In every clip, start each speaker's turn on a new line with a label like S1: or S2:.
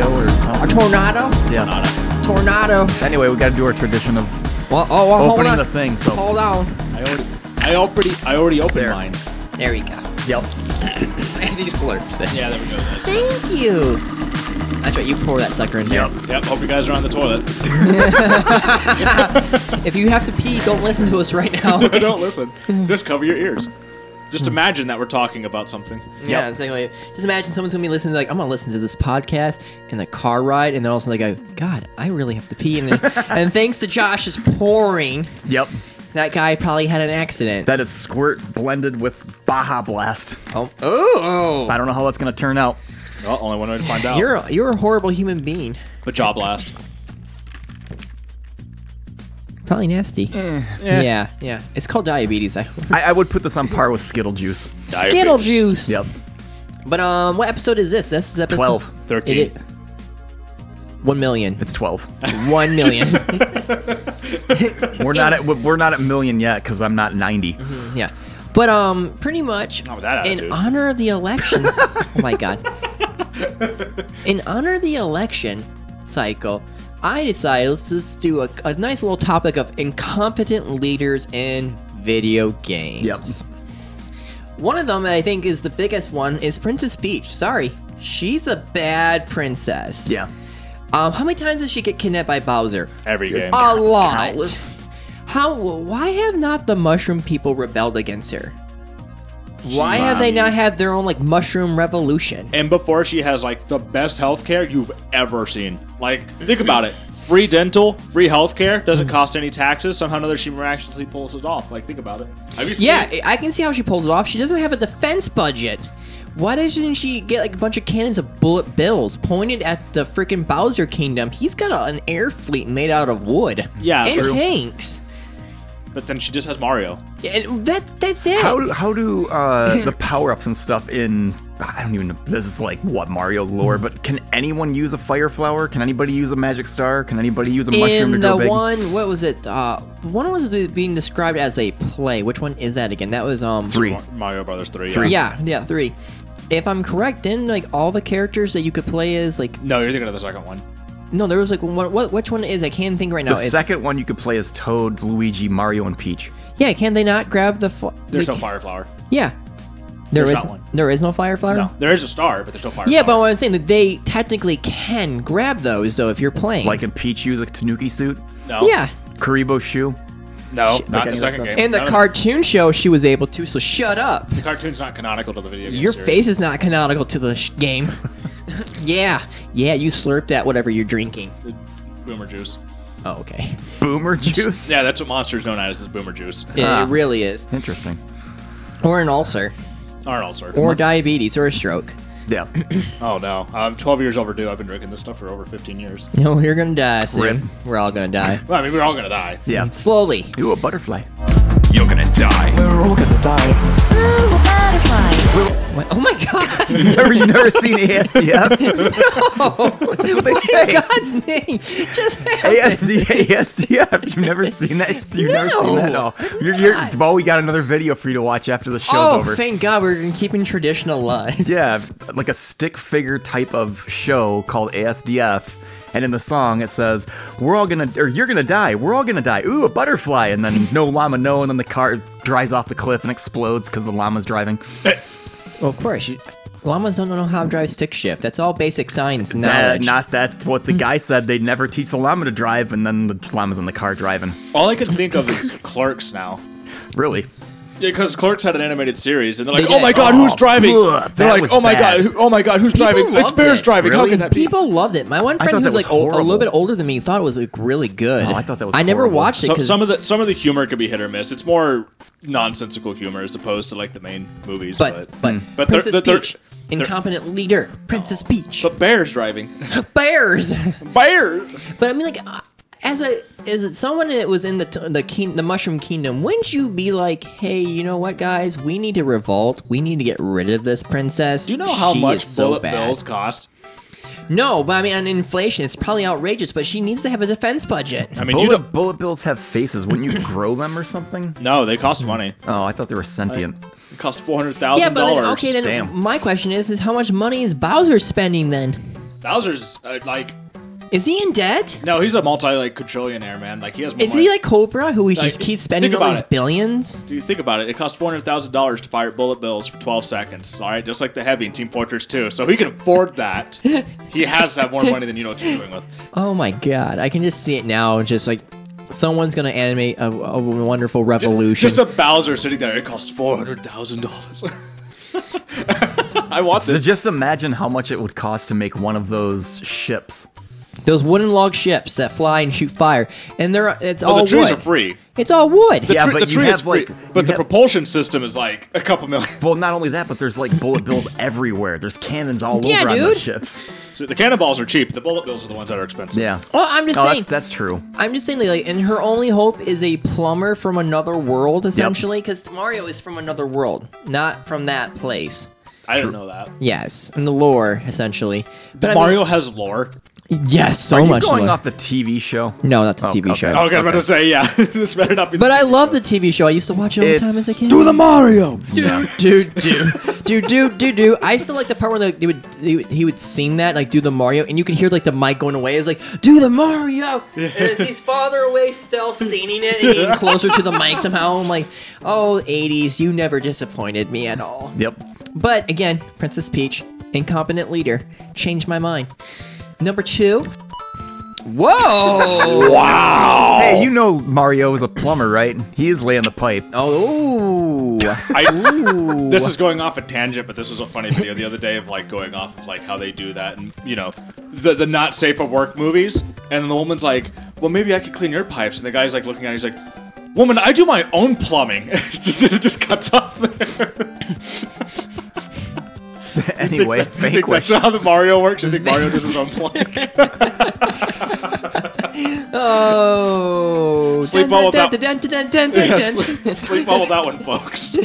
S1: A tornado?
S2: Yeah.
S1: Tornado.
S2: Anyway, we got to do our tradition of
S1: Well, oh, well, hold
S2: opening
S1: on.
S2: the thing. So
S1: Hold on.
S3: I already, I already, I already opened
S2: There.
S3: mine.
S1: There we go.
S2: yep.
S1: As he slurps it.
S3: Yeah, there we go. guys.
S1: Thank you. That's right. You pour that sucker in there.
S2: Yep.
S3: Yep. Hope you guys are on the toilet.
S1: If you have to pee, don't listen to us right now.
S3: Don't listen. Just cover your ears. Just imagine that we're talking about something.
S1: Yeah, it's like, like, just imagine someone's gonna be listening. Like, I'm gonna listen to this podcast in the car ride, and then all of a sudden they go, "God, I really have to pee." And, then- and thanks to Josh's pouring,
S2: Yep.
S1: that guy probably had an accident.
S2: That is squirt blended with Baja Blast.
S1: oh, oh,
S2: I don't know how that's gonna turn out.
S3: Well, only one way to find out.
S1: you're a- you're a horrible human being.
S3: But job last.
S1: Probably nasty. Yeah. yeah, It's called diabetes. I
S2: I, I would put this on par with Skittle Juice.
S1: Skittle juice.
S2: Yep.
S1: But um, what episode is this? This is episode
S2: Twelve.
S3: Thirteen.
S1: It, one million.
S2: It's twelve.
S1: One million.
S2: We're not at we're not at million yet because I'm not ninety.
S1: Yeah. But um, pretty much
S3: Not with that
S1: in
S3: attitude.
S1: honor of the elections. oh my god. In honor of the election cycle, I decided let's, let's do a, a nice little topic of incompetent leaders in video games. Yep. One of them I think is the biggest one is Princess Peach. Sorry, she's a bad princess.
S2: Yeah.
S1: Um, how many times does she get kidnapped by Bowser?
S3: Every game.
S1: A lot.
S2: Countless.
S1: How? Why have not the mushroom people rebelled against her? Why have they not had their own like mushroom revolution?
S3: and before she has like the best healthcare you've ever seen. Like, think about it. Free dental, free healthcare, doesn't cost any taxes. Somehow or another, she miraculously pulls it off. Like, think about it. Have you seen
S1: Yeah, I- I can see how she pulls it off. She doesn't have a defense budget. Why doesn't she get like a bunch of cannons of bullet bills pointed at the freaking Bowser Kingdom? He's got a, an air fleet made out of wood.
S3: Yeah,
S1: and
S3: true.
S1: tanks.
S3: But then she just has Mario.
S1: And that that's it.
S2: How do, how do uh, the power ups and stuff in I don't even know this is like what Mario lore, but can anyone use a fire flower? Can anybody use a magic star? Can anybody use a mushroom to
S1: in the
S2: grow big?
S1: one, what was it? Uh, one was being described as a play. Which one is that again? That was um
S2: Three.
S3: Mario Brothers 3.
S2: Three.
S3: Yeah.
S1: Yeah, yeah, three. If I'm correct, then like all the characters that you could play is like
S3: No, you're thinking of the second one.
S1: no, there was like one. What which one it Oh, is I can't think right now.
S2: The
S1: It's-
S2: second one you could play as Toad, Luigi, Mario, and Peach.
S1: yeah, can they not grab the? Fl-
S3: There's
S1: they-
S3: no Fire Flower.
S1: Yeah, there
S3: There's
S1: is.
S3: not one.
S1: There is no fire flower.
S3: No, there is a star, but there's no Fire
S1: Yeah, but
S3: Flower.
S1: what I'm saying that they technically can grab those though if you're playing.
S2: Like, can Peach use a Tanuki suit?
S3: No.
S1: yeah,
S2: Karibo shoe?
S3: No,
S2: like
S3: not in
S2: any
S3: the
S2: of that
S3: second
S2: stuff.
S3: game.
S1: in the
S3: Not
S1: cartoon show she was able to. So shut up.
S3: The cartoon's not canonical to the video game.
S1: Your
S3: series.
S1: face is not canonical to the sh- game. yeah, yeah, you slurped at whatever you're drinking.
S3: Boomer juice.
S1: Oh, okay.
S2: Boomer juice?
S3: Yeah, that's what Monster's known as, is boomer juice.
S1: Yeah,
S2: Ah.
S1: it really is.
S2: Interesting.
S1: Or an ulcer.
S3: Ah. Arnold, sir.
S1: or diabetes or a stroke.
S2: Yeah.
S3: Oh, no. I'm 12 years overdue. I've been drinking this stuff for over 15 years.
S1: You know, you're gonna die soon.
S2: Rip.
S1: We're all gonna die.
S3: Well, I mean, we're all going to die.
S2: Yeah.
S1: Slowly.
S2: Do a butterfly.
S4: You're gonna die.
S2: We're all gonna die.
S5: Ooh, a butterfly.
S1: What- Oh my god!
S2: Never, you never seen ASDF?
S1: Oh
S2: That's what they say.
S1: God's name! Just
S2: ASD, ASDF. You've never seen that? You've never seen that? No.
S1: No.
S2: You're, you're, well, we got another video for you to watch after the show's
S1: Oh,
S2: over.
S1: thank God we're keeping tradition alive.
S2: yeah, like a stick figure type of show called ASDF. And in the song, it says, We're all gonna, or you're gonna die. We're all gonna die. Ooh, a butterfly. And then no llama, no. And then the car drives off the cliff and explodes because the llama's driving.
S1: Well, of course. You, llamas don't know how to drive stick shift. That's all basic science
S2: That,
S1: knowledge.
S2: not that what the guy said. They'd never teach the llama to drive, and then the llama's in the car driving.
S3: All I can think of is Clerks now.
S2: Really?
S3: Because Clerks had an animated series, and they're like,
S1: They
S3: "Oh
S1: did.
S3: my god, who's driving?"
S2: ugh, that
S3: they're like,
S2: was
S3: "Oh my
S2: bad.
S3: god, who, oh my god, who's driving? It's
S1: loved
S3: Bear's
S1: it.
S3: driving. How
S2: Really?
S3: can that be?"
S1: People loved it. My one
S2: thought
S1: friend who
S2: that
S1: was like
S2: was
S1: o- a
S2: horrible.
S1: little bit older than me thought it was like, really good.
S2: Oh, I thought that was
S1: I never
S2: horrible.
S1: watched it
S3: So,
S1: because
S3: some of the some of the humor could be hit or miss. It's more nonsensical humor as opposed to like the main movies.
S1: but
S3: But Hmm.
S1: but,
S3: But they're-
S1: Princess
S3: they're-
S1: Peach,
S3: they're-
S1: incompetent leader, Princess Peach,
S3: but Bear's driving.
S1: bears.
S3: Bear.
S1: But I mean, like, uh, as a as someone that was in the t- the king, the Mushroom Kingdom, wouldn't you be like, hey, you know what, guys, we need to revolt. We need to get rid of this princess.
S3: Do you know how
S1: she
S3: much
S1: is so
S3: bullet
S1: bad.
S3: bills cost?
S1: No, but I mean, on inflation, it's probably outrageous. But she needs to have a defense budget.
S3: I mean, you
S2: bullet,
S3: don't.
S2: bullet bills have faces. Wouldn't you grow them or something?
S3: No, they cost money.
S2: Oh, I thought they were sentient.
S3: It cost four hundred thousand
S1: Yeah, but then,
S3: dollars.
S1: okay, then
S2: Damn.
S1: my question is, is how much money is Bowser spending then?
S3: Bowser's uh, like
S1: Is he in debt?
S3: No, he's a multi like quadrillionaire man. Like he has. More
S1: Is
S3: money.
S1: he like Cobra, who he
S3: Like,
S1: just keeps spending
S3: think
S1: all
S3: about
S1: these
S3: it.
S1: billions?
S3: Do you think about it? It cost four hundred thousand dollars to pirate bullet bills for twelve seconds. All right, just like the heavy in Team Fortress Two. So he can afford that. he has to have more money than you know what you're doing with.
S1: Oh my god, I can just see it now. Just like someone's gonna animate a, a wonderful revolution.
S3: Just a Bowser sitting there. It cost four hundred thousand dollars. I want
S2: So
S3: this.
S2: just imagine how much it would cost to make one of those ships.
S1: Those wooden log ships that fly and shoot fire, and they're it's
S3: Oh,
S1: all
S3: the trees
S1: wood.
S3: are free.
S1: It's all wood.
S2: Yeah,
S3: Tre-
S2: but
S3: the
S2: you
S3: tree
S2: have,
S3: is free,
S2: like,
S3: but
S2: you
S3: the
S2: have-
S3: propulsion system is like a couple million.
S2: Well, not only that, but there's like bullet bills everywhere. There's cannons all
S1: Yeah,
S2: over on those
S1: dude.
S2: ships.
S3: So the cannonballs are cheap. The bullet bills are the ones that are expensive.
S2: Yeah.
S1: Well, I'm just
S2: Oh,
S1: saying.
S2: that's that's true.
S1: I'm just saying, like, and her only hope is a plumber from another world, essentially, because Mario is from another world, not from that place.
S3: I didn't know that.
S1: Yes, in the lore, essentially. But I mean-
S3: Mario has lore.
S1: yes, so
S2: Are you
S1: much
S2: going
S1: lore.
S2: off the TV show?
S1: no, not the
S2: Oh,
S1: TV
S2: okay.
S1: show.
S3: Oh, okay, I'm about to say yeah. this better not be.
S1: But I love the TV show. I used to watch it all the time
S2: It's-
S1: as a kid.
S3: the
S2: Oh,
S3: Mario.
S2: No.
S1: do do do do do do. I still like the part where like, they would, they would he would sing that like do the Mario, and you could hear like the mic going away. It's like do the Mario, and it's, he's farther away still singing it and getting closer to the mic somehow. I'm like, oh, '80s, you never disappointed me at all.
S2: Yep.
S1: But again, Princess Peach, incompetent leader, changed my mind. Number two. Whoa! Oh.
S2: Hey, you know Mario is a plumber, right? He is laying the pipe.
S1: Oh,
S3: I, this is going off a tangent, but this was a funny video the other day of like going off of like how they do that and you know the the not safe for work movies. And the woman's like, "Well, maybe I could clean your pipes." And the guy's like looking at, it, he's like, "Woman, I do my own plumbing." it, just, it just cuts off. there.
S2: Anyway,
S3: I think
S2: Vanquish.
S3: that's how the Mario works. I think Mario does his own plumbing.
S1: oh!
S3: Sleep well without-
S1: Dun, dun, dun, dun, dun, dun, dun.
S3: Sleep well with that one, folks.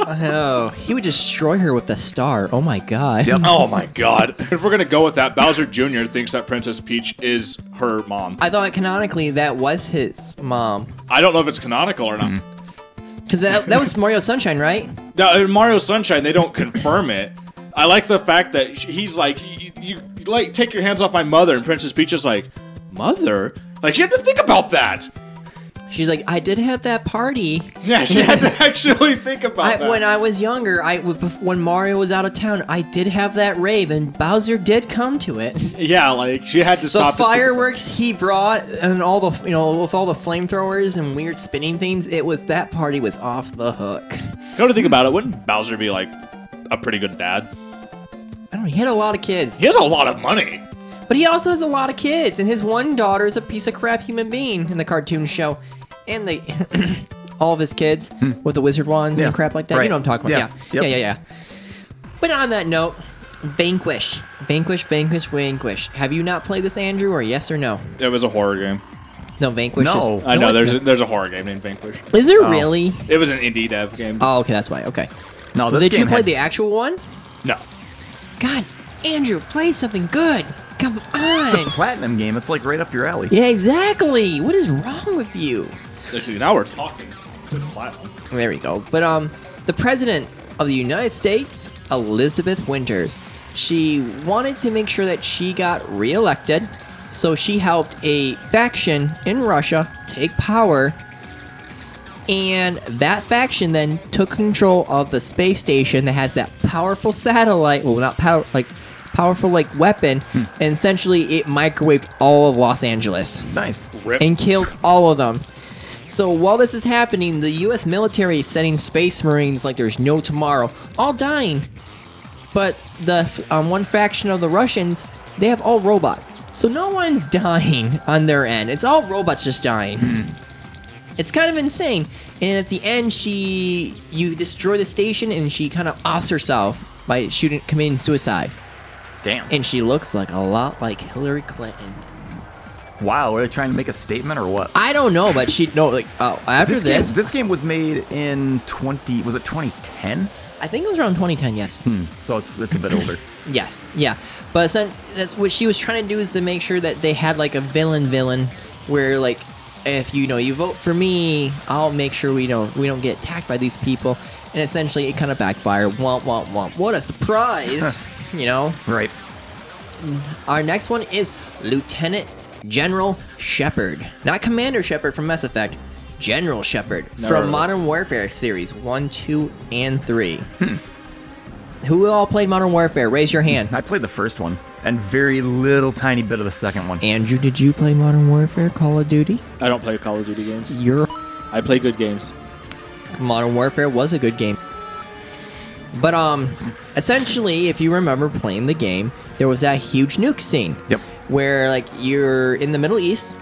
S1: Oh, he would destroy her with the star. Oh my god.
S2: Yep.
S3: Oh my god. If we're gonna go with that, Bowser Jr. thinks that Princess Peach is her mom.
S1: I thought canonically that was his mom.
S3: I don't know if it's canonical or not.
S1: Because that, that was Mario Sunshine, right?
S3: Now in Mario Sunshine, they don't confirm it. I like the fact that sh- he's like, you, you, you, like take your hands off my mother, and Princess Peach is like, mother. Like she had to think about that.
S1: She's like, I did have that party.
S3: Yeah, she had to actually think about
S1: I,
S3: that.
S1: when I was younger, I when Mario was out of town, I did have that rave, and Bowser did come to it.
S3: yeah, like she had to
S1: The
S3: stop. to think
S1: fireworks he brought, and all the you know with all the flamethrowers and weird spinning things, it was that party was off the hook.
S3: about- Go to think about it, wouldn't Bowser be like a pretty good dad?
S1: I don't know. He had a lot of kids.
S3: He has a lot of money.
S1: But he also has a lot of kids, and his one daughter is a piece of crap human being in the cartoon show, and they, all of his kids with the wizard wands
S2: Hmm. Yeah,
S1: and crap like that. You
S2: right.
S1: know what I'm talking about? Yeah,
S2: Yeah,
S1: yeah,
S2: yep.
S1: yeah, yeah. But on that note, Vanquish, Vanquish, Vanquish, Vanquish. Have you not played this, Andrew, or yes or no?
S3: It was a horror game.
S1: No, Vanquish. is-
S2: No. Oh.
S3: I know
S1: it's
S3: there's a,
S1: not.
S3: there's a horror game named Vanquish.
S1: Is there really?
S3: It was an indie dev game.
S1: Oh, okay, that's why. Okay.
S2: No, Oh, this
S1: Did
S2: game
S1: you play
S2: had-
S1: the actual one?
S3: no,
S1: God, Andrew, play something good. Come on.
S2: It's a platinum game. It's like right up your alley.
S1: yeah, exactly. What is wrong with you?
S3: actually now we're talking. It's a platinum.
S1: There we go. But um, the president of the United States, Elizabeth Winters, she wanted to make sure that she got reelected, so she helped a faction in Russia take power, and that faction then took control of the space station that has that powerful satellite. Well, not power like powerful like weapon, and essentially it microwaved all of Los Angeles
S2: Nice.
S3: Rip.
S1: and killed all of them. So while this is happening, the U.S. military is sending Space Marines like there's no tomorrow, all dying. But the um, one faction of the Russians, they have all robots, so no one's dying on their end. It's all robots just dying. It's kind of insane. And at the end, she you destroy the station, and she kind of offs herself by shooting, committing suicide.
S2: Damn.
S1: And she looks like a lot like Hillary Clinton.
S2: Wow, are they trying to make a statement or what?
S1: I don't know, but she no like uh, after
S2: This
S1: this,
S2: game, this game was made in 20 was it 2010?
S1: I think it was around 2010. Yes,
S2: So it's it's a bit older.
S1: yes, yeah. But sen- that's what she was trying to do is to make sure that they had like a villain villain, where like if you know you vote for me, I'll make sure we don't we don't get attacked by these people. And essentially, it kind of backfired. Womp womp womp. What a surprise! you know.
S2: right.
S1: Our next one is Lieutenant General Shepard. Not Commander Shepard from Mass Effect, General Shepard
S3: Never heard
S1: from
S3: of
S1: Modern Warfare series 1, 2, and 3.
S3: Hmm.
S1: Who all played Modern Warfare? Raise your hand.
S2: I played the first one and very little tiny bit of the second one.
S1: Andrew, did you play Modern Warfare, Call of Duty?
S3: I don't play Call of Duty games.
S1: You're
S3: I play good games.
S1: Modern Warfare was a good game. But um essentially if you remember playing the game, there was that huge nuke scene.
S2: Yep.
S1: Where like you're in the Middle East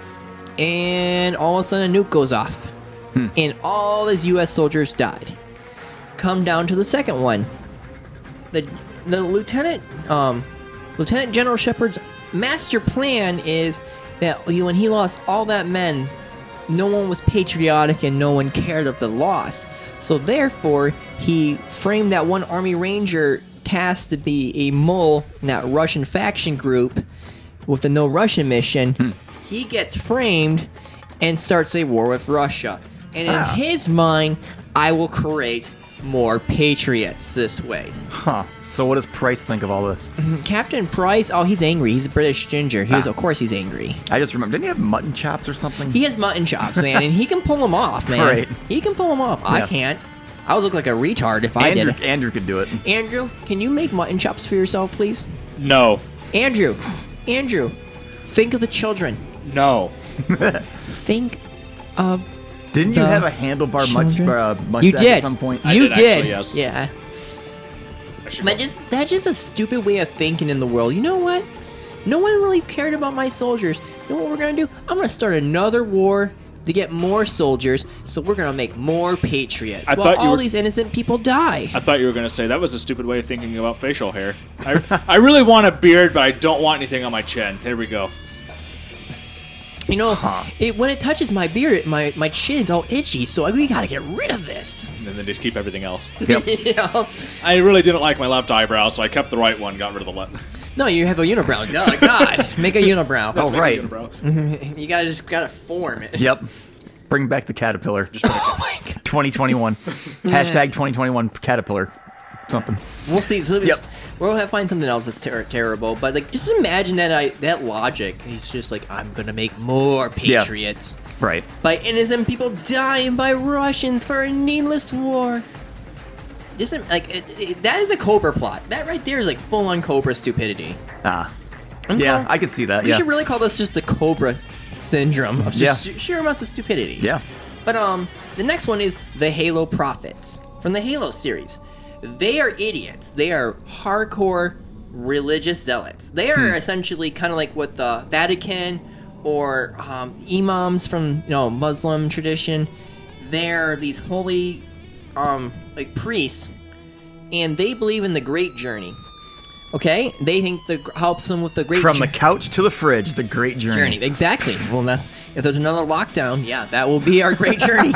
S1: and all of a sudden a nuke goes off. And all these US soldiers died. Come down to the second one. The the lieutenant um Lieutenant General Shepard's master plan is that he- when he lost all that men, no one was patriotic and no one cared of the loss. So therefore, he framed that one Army Ranger tasked to be a mole in that Russian faction group with the no Russian mission. He gets framed and starts a war with Russia. And in his mind, I will create more patriots this way.
S2: Huh. So what does Price think of all this?
S1: Mm-hmm. Captain Price, oh, he's angry. He's a British ginger. He was,
S2: Ah.
S1: of course, he's angry.
S2: I just remember. Didn't he have mutton chops or something?
S1: He has mutton chops, man, and he can pull them off, man.
S2: Right.
S1: He can pull them off. I
S2: Yeah.
S1: can't.
S2: can't.
S1: I would look like a retard if I
S2: Andrew,
S1: did.
S2: Andrew could do it.
S1: Andrew, can you make mutton chops for yourself, please?
S3: No.
S1: Andrew, Andrew, think of the children.
S3: No.
S1: Think of
S2: Didn't you
S1: The
S2: have a handlebar much,
S1: children.
S2: uh, mustache
S1: you did
S2: at some point?
S3: I
S1: You
S3: did,
S1: did.
S3: actually, yes.
S1: Yeah.
S3: I should
S1: But
S3: go-
S1: just that's just a stupid way of thinking in the world. You know what? No one really cared about my soldiers. You know what we're gonna do? I'm gonna start another war to get more soldiers, so we're gonna make more patriots.
S3: I
S1: while
S3: thought you
S1: all
S3: were-
S1: these innocent people die.
S3: I thought you were going to say that was a stupid way of thinking about facial hair. I, I really want a beard, but I don't want anything on my chin. Here we go.
S1: You know, it when it touches my beard, my my chin's all itchy. So I, we gotta get rid of this.
S3: And then they just keep everything else.
S1: Yeah.
S3: I really didn't like my left eyebrow, so I kept the right one, got rid of the left.
S1: No, you have a unibrow. Duh, God, make a unibrow.
S2: oh right.
S3: Unibrow.
S1: You gotta just gotta form it.
S2: Yep. Bring back the caterpillar. Just
S1: Oh my God.
S2: 2021. Hashtag 2021 caterpillar. Something.
S1: We'll see. So
S2: Yep.
S1: We'll have find something else that's ter- terrible. But like, just imagine that I that logic. He's just like, I'm gonna make more
S2: Yeah.
S1: patriots
S2: Right.
S1: by innocent people dying by Russians for a needless war. Just like it, it, that is a Cobra plot. That right there is like full on Cobra stupidity.
S2: Ah.
S1: I'm
S2: Yeah,
S1: calling-
S2: I could see that.
S1: We
S2: Yeah.
S1: should really call this just the Cobra syndrome of just
S2: Yeah.
S1: sh- sheer amounts of stupidity.
S2: Yeah.
S1: But um, the next one is the Halo Prophets from the Halo series. They are idiots. They are hardcore religious zealots. They
S2: Hmm.
S1: are essentially kind of like what the Vatican or um, imams from you know Muslim tradition. They're these holy, um, like priests, and they believe in the Great Journey. Okay, they think the helps them with the Great
S2: From the
S1: Jour-
S2: couch to the fridge, the great journey.
S1: journey. Exactly. Well, that's if there's another lockdown, yeah, that will be our great journey.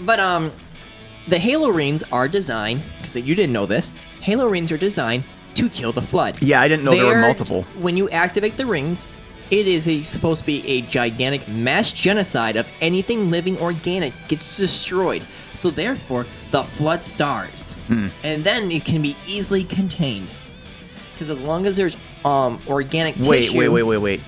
S1: but um, the Halo rings are designed because you didn't know this. Halo rings are designed to kill the flood.
S2: Yeah, I didn't know
S1: They
S2: there were
S1: are-
S2: multiple.
S1: When you activate the rings, it is a, supposed to be a gigantic mass genocide of anything living organic gets destroyed. So therefore, the flood starts,
S2: Hmm.
S1: and then it can be easily contained. Because as long as there's um organic
S2: Wait,
S1: tissue,
S2: wait, wait, wait, wait.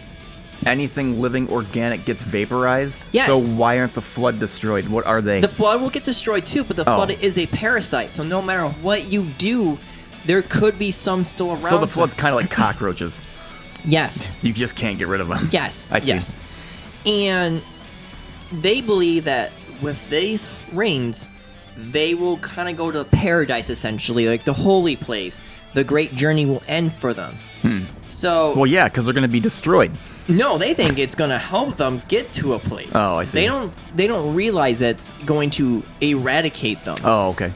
S2: Anything living organic gets vaporized.
S1: Yes.
S2: So why aren't the flood destroyed? What are they?
S1: The flood will get destroyed too, but the flood
S2: Oh.
S1: is a parasite. So no matter what you do, there could be some still around.
S2: so the
S1: some-
S2: flood's kind of like cockroaches.
S1: Yes.
S2: You just can't get rid of them.
S1: Yes.
S2: I see.
S1: Yes. And they believe that with these rings, they will kind of go to paradise essentially, like the holy place. The great journey will end for them. So
S2: Hmm. Well, yeah, because they're going to be destroyed.
S1: No, they think it's gonna help them get to a place.
S2: Oh, I see.
S1: They don't. They don't realize that's going to eradicate them.
S2: Oh, okay.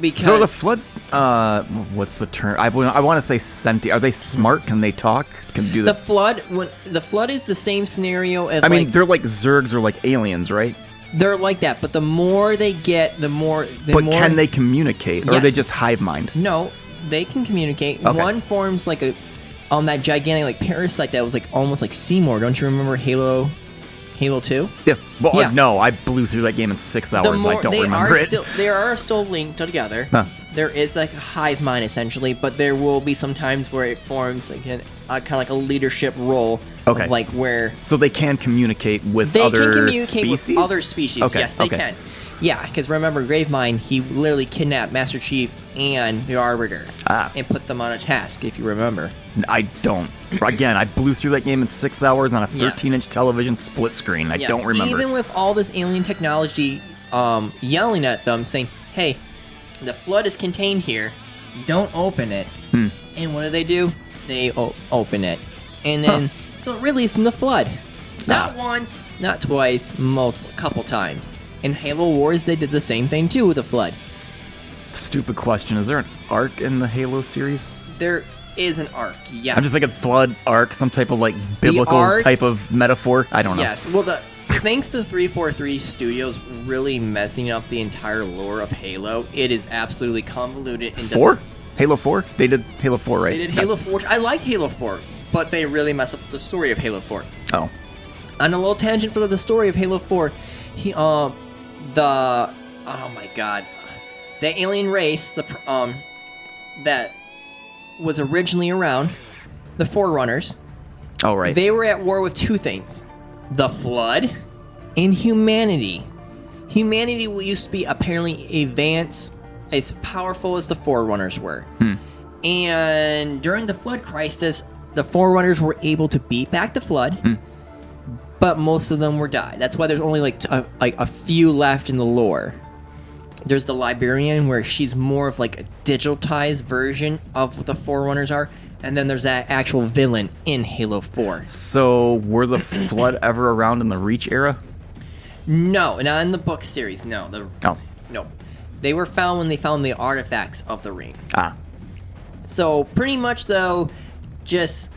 S1: because
S2: So are the flood. Uh, what's the term? I, I want to say sentient. Are they smart? Can they talk? Can do
S1: the
S2: the?
S1: flood when the flood is the same scenario as
S2: I mean,
S1: like,
S2: they're like zergs or like aliens, right?
S1: they're like that but the more they get the more the
S2: But
S1: more,
S2: can they communicate, or are they
S1: Yes.
S2: just hive mind?
S1: no they can communicate
S2: Okay.
S1: one forms like a on that gigantic like parasite that was like almost like Seymour don't you remember Halo Halo 2
S2: Yeah. Well, uh,
S1: Yeah.
S2: no, I blew through that game in six hours. I don't
S1: they
S2: remember
S1: are
S2: it.
S1: still they are still linked together
S2: Huh.
S1: there is like a hive mind essentially, but there will be some times where it forms like an, uh, kind of like a leadership role.
S2: Okay.
S1: Of like where
S2: So they can communicate with
S1: they
S2: other
S1: can communicate
S2: species.
S1: with other species.
S2: Okay,
S1: Yes, they
S2: okay.
S1: can. Yeah, because remember, Gravemind, he literally kidnapped Master Chief and the Arbiter
S2: Ah.
S1: and put them on a task, if you remember.
S2: I don't. Again, I blew through that game in six hours on a
S1: Yeah.
S2: 13-inch television split screen. I
S1: Yeah,
S2: don't remember.
S1: Even with all this alien technology um, yelling at them, saying, hey, the flood is contained here, don't open it.
S2: Hmm.
S1: And what do they do? They o- open it. And then, so releasing the flood. Not
S2: Ah.
S1: once, not twice, multiple, couple times. In Halo Wars, they did the same thing too with the flood.
S2: Stupid question. Is there an arc in the Halo series?
S1: There is an arc, yes.
S2: I'm just thinking flood arc, some type of like biblical
S1: arc-
S2: type of metaphor. I don't know.
S1: Yes. Well, the thanks to 343 Studios really messing up the entire lore of Halo, it is absolutely convoluted and doesn't-
S2: Four? Halo Four? They did Halo Four, right?
S1: They did Halo 4, which I like Halo 4, but they really mess up the story of Halo 4.
S2: Oh,
S1: On a little tangent for the story of Halo 4, he um the oh my god, the alien race the pr- um that was originally around the Forerunners.
S2: oh right.
S1: They were at war with two things the flood and humanity. Humanity used to be apparently advanced, as powerful as the Forerunners were. And during the flood crisis, the Forerunners were able to beat back the flood, but most of them were died. That's why there's only like, t- a, like a few left in the lore. There's the Liberian, where she's more of like a digitized version of what the Forerunners are. And then there's that actual villain in Halo 4.
S2: so were the flood ever around in the Reach era?
S1: No, not in the book series. No, the
S2: Oh,
S1: no, they were found when they found the artifacts of the ring.
S2: ah,
S1: So pretty much though, just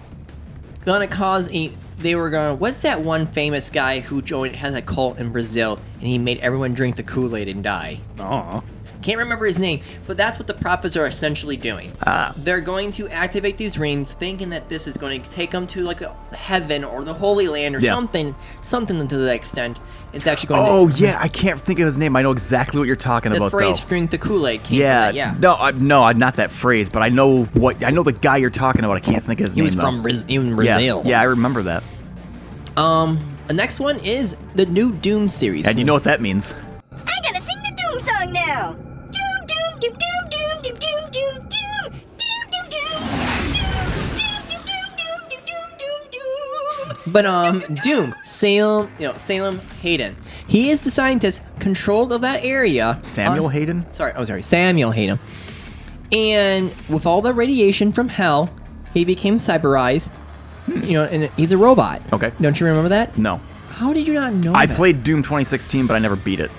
S1: gonna cause a. They were going. to What's that one famous guy who joined has a cult in Brazil and he made everyone drink the Kool Aid and die?
S3: Aw.
S1: Can't remember his name, but that's what the prophets are essentially doing. They're going to activate these rings, thinking that this is going to take them to like a heaven or the Holy Land or
S2: Yeah.
S1: something, something to that extent. It's actually going. to
S2: oh yeah. I can't think of his name. I know exactly what you're talking
S1: the
S2: about
S1: phrase
S2: though.
S1: "drink the Kool-Aid" came
S2: Yeah,
S1: from that. Yeah,
S2: No, I, no, I- not that phrase, but I know what I know the guy you're talking about. I can't think of his
S1: he
S2: name.
S1: was
S2: though.
S1: from Braz- even
S2: Yeah,
S1: Brazil.
S2: Yeah, I remember that.
S1: Um, the next one is the new Doom series.
S2: And you know what that means?
S5: I gotta sing the Doom song now. Doom, doom, doom, doom, doom, doom, doom, doom, doom, doom, doom, doom.
S1: But um, Doom Salem, you know Salem Hayden. He is the scientist controlled of that area.
S2: Samuel
S1: Um,
S2: Hayden.
S1: Sorry, oh sorry, Samuel Hayden. And with all the radiation from hell, he became cyberized. You know, and he's a robot.
S2: Hmm. Okay.
S1: Don't you remember that?
S2: No,
S1: How did you not know?
S2: I
S1: that?
S2: played Doom 2016, but I never beat it.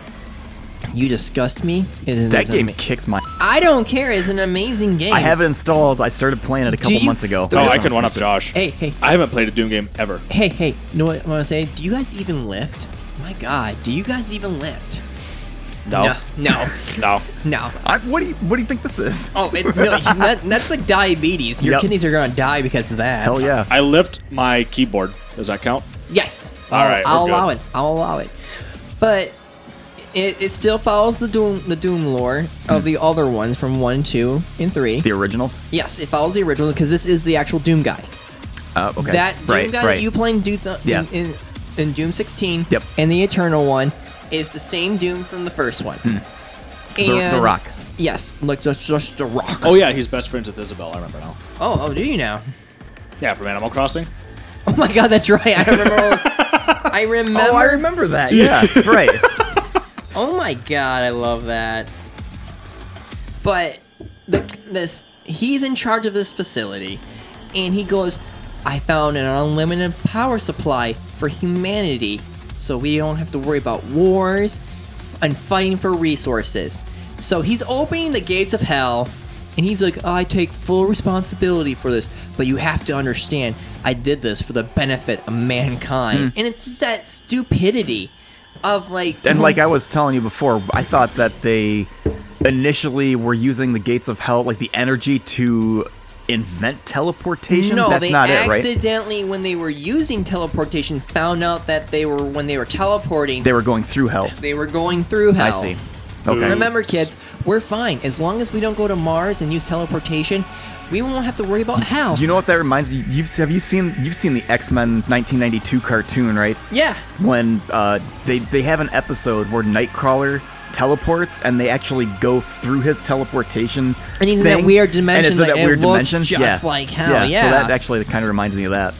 S1: You disgust me. It is
S2: That game
S1: ama-
S2: kicks my.
S1: I don't care. It's an amazing game.
S2: I have it installed. I started playing it a couple
S1: you-
S2: months ago.
S3: Oh,
S1: There
S3: I
S1: is
S3: can one up Josh.
S1: Hey, hey,
S3: I haven't played a Doom game ever.
S1: Hey, hey, you know what I want to say? Do you guys even lift? My God, do you guys even lift?
S2: Oh.
S3: No.
S1: No,
S3: No.
S1: no, no.
S2: I, what do you What do you think this is?
S1: Oh, it's no, that, that's like diabetes. Your
S2: Yep.
S1: kidneys are gonna die because of that.
S2: Hell yeah!
S3: I lift my keyboard. Does that count?
S1: Yes.
S3: All
S1: I'll,
S3: right, we're
S1: I'll
S3: good.
S1: allow it. I'll allow it. But it, it still follows the Doom the Doom lore of the other ones from one, two, and three.
S2: the originals.
S1: yes, it follows the original because this is the actual Doom guy.
S2: Uh, okay.
S1: That Doom
S2: right,
S1: guy
S2: right.
S1: that you play in, Do- th-
S2: Yeah.
S1: in, in, in Doom 16
S2: Yep.
S1: and the Eternal one is the same Doom from the first one.
S2: Hmm. The- the Rock.
S1: Yes, like just, just the Rock.
S3: Oh yeah, he's best friends with Isabel. I remember now.
S1: Oh, oh, do you now?
S3: Yeah, from Animal Crossing.
S1: Oh my God, that's right. I remember. I remember.
S2: Oh, I remember that. Yeah, right.
S1: Oh my God, I love that. But the this he's in charge of this facility, and he goes, "I found an unlimited power supply for humanity, so we don't have to worry about wars and fighting for resources." So he's opening the gates of hell, and he's like, "Oh, "I take full responsibility for this, but you have to understand, I did this for the benefit of
S2: Hmm.
S1: mankind." And it's just that stupidity of like
S2: And like I was telling you before, I thought that they initially were using the gates of hell, like the energy to invent teleportation.
S1: No,
S2: That's
S1: they
S2: not it, right?
S1: accidentally, when they were using teleportation, found out that they were when they were teleporting,
S2: They were going through hell.
S1: they were going through hell.
S2: I see. Okay.
S1: Remember, kids, we're fine. As long as we don't go to Mars and use teleportation, we won't have to worry about hell.
S2: You know what that reminds you? You've have you seen you've seen the X Men 1992 cartoon, right?
S1: yeah.
S2: When uh, they they have an episode where Nightcrawler teleports and they actually go through his teleportation
S1: And he's in
S2: thing,
S1: that weird
S2: and
S1: dimension
S2: it's in
S1: that
S2: that
S1: it
S2: weird
S1: looks
S2: dimension
S1: just
S2: yeah.
S1: like hell,
S2: so
S1: yeah.
S2: that actually kind of reminds me of that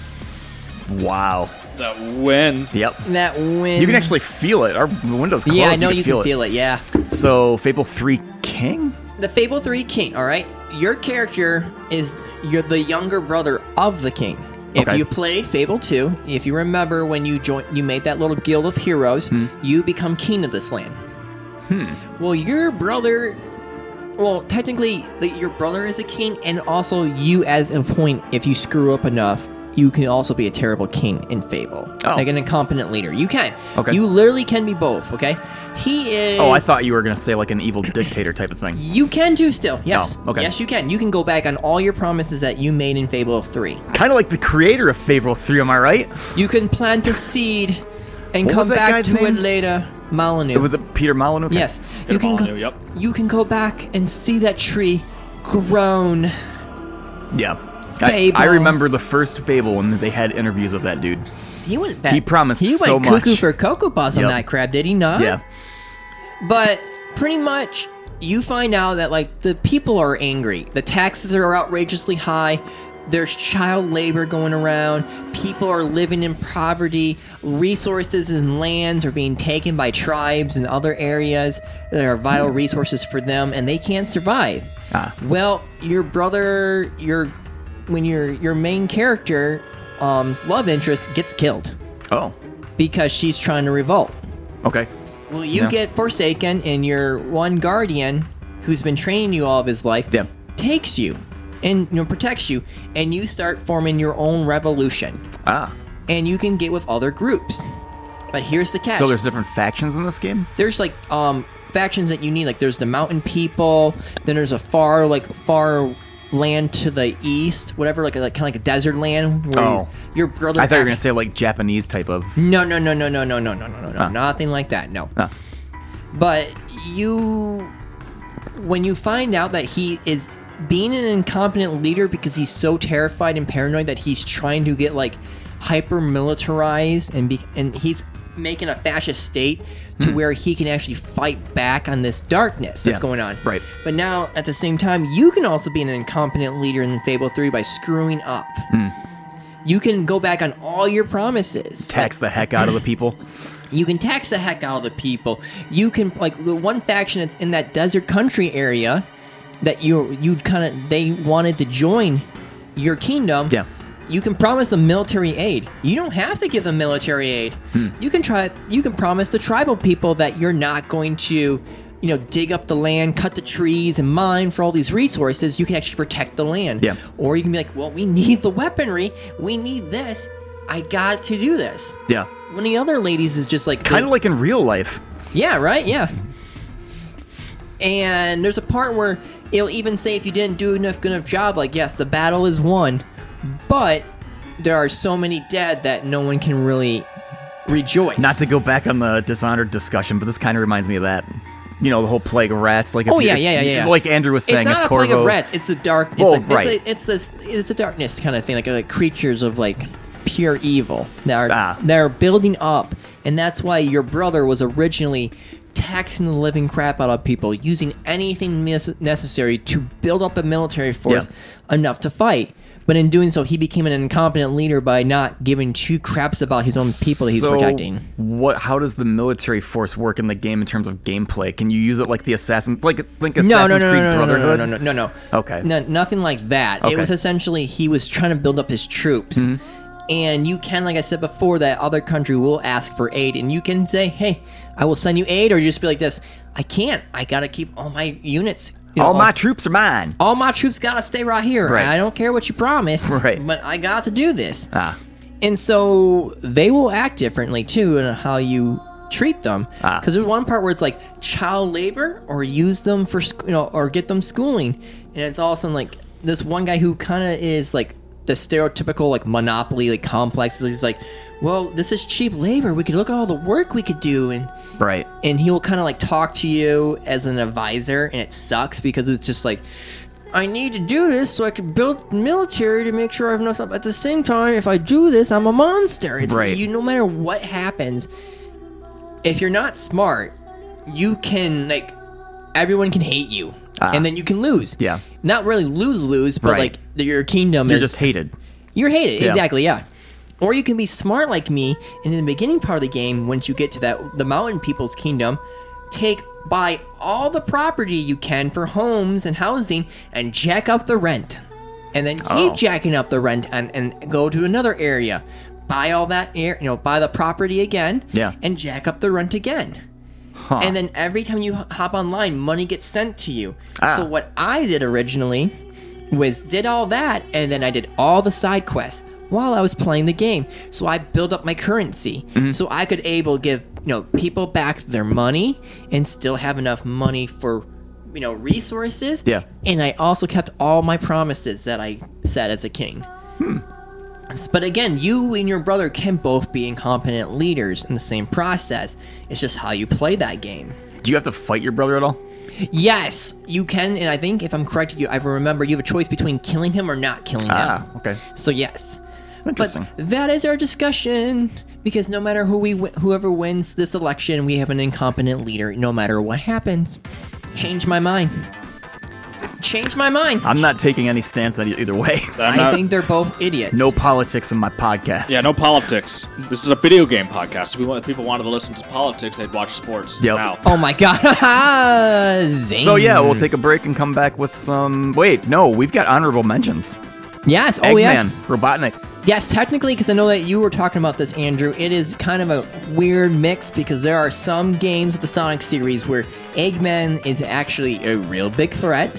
S2: wow
S3: That wind.
S2: yep
S1: That wind.
S2: you can actually feel it our windows closed
S1: Yeah, I know
S2: you can feel,
S1: it. Yeah.
S2: it so Fable 3 King
S1: The Fable 3 King, all right? Your character is you're the younger brother of the king. If
S2: Okay.
S1: you played Fable 2, if you remember when you joined you made that little guild of heroes,
S2: Hmm.
S1: you become king of this land. Hmm. Well, your brother well, technically the, your brother is a king and also you at a point if you screw up enough, you can also be a terrible king in Fable.
S2: Oh.
S1: Like an incompetent leader. You can.
S2: Okay.
S1: You literally can be both, okay? He is
S2: oh I thought you were gonna say like an evil dictator type of thing
S1: you can do still. Yes.
S2: Oh, okay.
S1: Yes, you can. You can go back on all your promises that you made in Fable 3.
S2: kind of like the creator of Fable 3 am I right
S1: You can plant a seed and
S2: What
S1: come
S2: was that
S1: back
S2: guy's
S1: to
S2: name?
S1: it later. Molyneux.
S2: it was it Peter Molyneux Okay.
S1: Yes. You can go,
S3: Molyneux, yep.
S1: You can go back and see that tree grown.
S2: Yeah. I,
S1: Fable.
S2: I remember the first Fable when they had interviews of that dude.
S1: He went back.
S2: He promised
S1: He went
S2: so
S1: cuckoo
S2: much.
S1: for cocoa puffs on
S2: Yep.
S1: that crab, did he not?
S2: Yeah.
S1: But pretty much, you find out that like the people are angry. The taxes are outrageously high. There's child labor going around. People are living in poverty. Resources and lands are being taken by tribes and other areas that are vital resources for them, and they can't survive.
S2: Ah.
S1: Well, your brother, your when your your main character, um, love interest gets killed
S2: Oh.
S1: because she's trying to revolt.
S2: Okay.
S1: Well, you
S2: Yeah.
S1: get forsaken, and your one guardian, who's been training you all of his life,
S2: Yeah.
S1: takes you and you know, protects you, and you start forming your own revolution,
S2: Ah.
S1: and you can get with other groups. But here's the catch:
S2: So there's different factions in this game?
S1: there's like um factions that you need. Like there's the mountain people, then there's a far like far land to the east, whatever, like like kind of like a desert land. Where
S2: Oh.
S1: your brother.
S2: I thought you were going to
S1: act-
S2: say like Japanese type of.
S1: no, no, no, no, no, no, no, no, no, no,
S2: Huh.
S1: nothing like that. No.
S2: Huh.
S1: But you, when you find out that he is being an incompetent leader because he's so terrified and paranoid that he's trying to get like hyper militarized and be, and he's making a fascist state to where he can actually fight back on this darkness that's
S2: Hmm. Yeah,
S1: going on.
S2: right.
S1: But now at the same time, you can also be an incompetent leader in Fable 3 by screwing up.
S2: Hmm.
S1: You can go back on all your promises.
S2: Tax the heck out of the people.
S1: You can tax the heck out of the people. You can like the one faction that's in that desert country area that you you kind of they wanted to join your kingdom.
S2: Yeah.
S1: You can promise them military aid. You don't have to give them military aid.
S2: Hmm.
S1: You can try. You can promise the tribal people that you're not going to, you know, dig up the land, cut the trees, and mine for all these resources. You can actually protect the land.
S2: Yeah.
S1: Or you can be like, well, we need the weaponry. We need this. I got to do this.
S2: Yeah.
S1: One of the other ladies is just like
S2: Kind of like in real life.
S1: yeah, right, yeah. And there's a part where it'll even say if you didn't do enough good enough job, like yes, the battle is won, but there are so many dead that no one can really rejoice.
S2: Not to go back on the Dishonored discussion, but this kind of reminds me of that. You know, the whole plague of rats. Like if
S1: Oh,
S2: you-
S1: yeah,
S2: if
S1: yeah, yeah,
S2: you-
S1: yeah.
S2: Like Andrew was saying,
S1: it's not
S2: if
S1: a plague of
S2: Corvo-
S1: rats. It's the dark. It's
S2: Well,
S1: like, it's
S2: right.
S1: a- It's this. It's a darkness kind of thing, like, like creatures of like pure evil that are
S2: Ah.
S1: that are building up, and that's why your brother was originally taxing the living crap out of people, using anything mis- necessary to build up a military force enough to fight. But in doing so, he became an incompetent leader by not giving two craps about his own people that he's
S2: so
S1: protecting.
S2: What? How does the military force work in the game in terms of gameplay? Can you use it like the assassin, like think Assassin's
S1: no, no, no,
S2: Creed
S1: no, no, no, no,
S2: Brotherhood?
S1: no, no, no, no.
S2: Okay.
S1: No, nothing like that. It
S2: Okay.
S1: was essentially he was trying to build up his troops.
S2: Mm-hmm.
S1: And you can, like I said before, that other country will ask for aid, and you can say, "Hey, I will send you aid," or you just be like this: "I can't. I gotta keep all my units. you know,
S2: All my troops are mine.
S1: all my troops gotta stay right here.
S2: Right.
S1: I don't care what you promised,
S2: Right.
S1: but I got to do this."
S2: Ah,
S1: And so they will act differently too in how you treat them. Because
S2: Ah.
S1: there's one part where it's like child labor or use them for, sc- you know, or get them schooling. And it's all of a sudden like this one guy who kind of is like the stereotypical like monopoly like complex. He's like, well, this is cheap labor. We could look at all the work we could do, and
S2: Right.
S1: and he will kind of like talk to you as an advisor, and it sucks because it's just like. I need to do this so I can build military to make sure I have enough stuff. At the same time, if I do this, I'm a monster. It's
S2: Right.
S1: you no matter what happens, if you're not smart, you can like everyone can hate you. and then you can lose.
S2: Ah. Yeah.
S1: Not really lose lose, but
S2: Right.
S1: like the, your kingdom
S2: You're
S1: is
S2: just hated.
S1: you're hated.
S2: Yeah.
S1: Exactly, yeah. Or you can be smart like me, and in the beginning part of the game, once you get to that the mountain people's kingdom, take buy all the property you can for homes and housing and jack up the rent. And then keep
S2: Oh.
S1: jacking up the rent and, and go to another area. Buy all that air you know, buy the property again
S2: Yeah.
S1: and jack up the rent again. And then every time you h- hop online, money gets sent to you.
S2: Ah.
S1: So what I did originally was did all that, and then I did all the side quests while I was playing the game. So I built up my currency, so I could able give you know people back their money and still have enough money for you know resources.
S2: Yeah.
S1: And I also kept all my promises that I said as a king. But again, you and your brother can both be incompetent leaders in the same process. It's just how you play that game.
S2: Do you have to fight your brother at all?
S1: Yes, you can, and I think if I'm correct, you I remember you have a choice between killing him or not killing him.
S2: Ah, okay.
S1: So yes,
S2: Interesting.
S1: but that is our discussion because no matter who we wi- whoever wins this election, we have an incompetent leader. No matter what happens, change my mind. Change my mind.
S2: I'm not taking any stance on e- either way.
S3: I'm
S1: I
S3: not-
S1: think they're both idiots.
S2: No politics in my podcast.
S3: Yeah, no politics. This is a video game podcast. If, we want, if people wanted to listen to politics, they'd watch sports.
S2: Yep.
S3: Now.
S1: Oh my god. Zing.
S2: So yeah, we'll take a break and come back with some. Wait, no, we've got honorable mentions.
S1: Yes. Oh
S2: Eggman,
S1: yes.
S2: Robotnik.
S1: Yes, technically, because I know that you were talking about this, Andrew. It is kind of a weird mix because there are some games of the Sonic series where Eggman is actually a real big threat,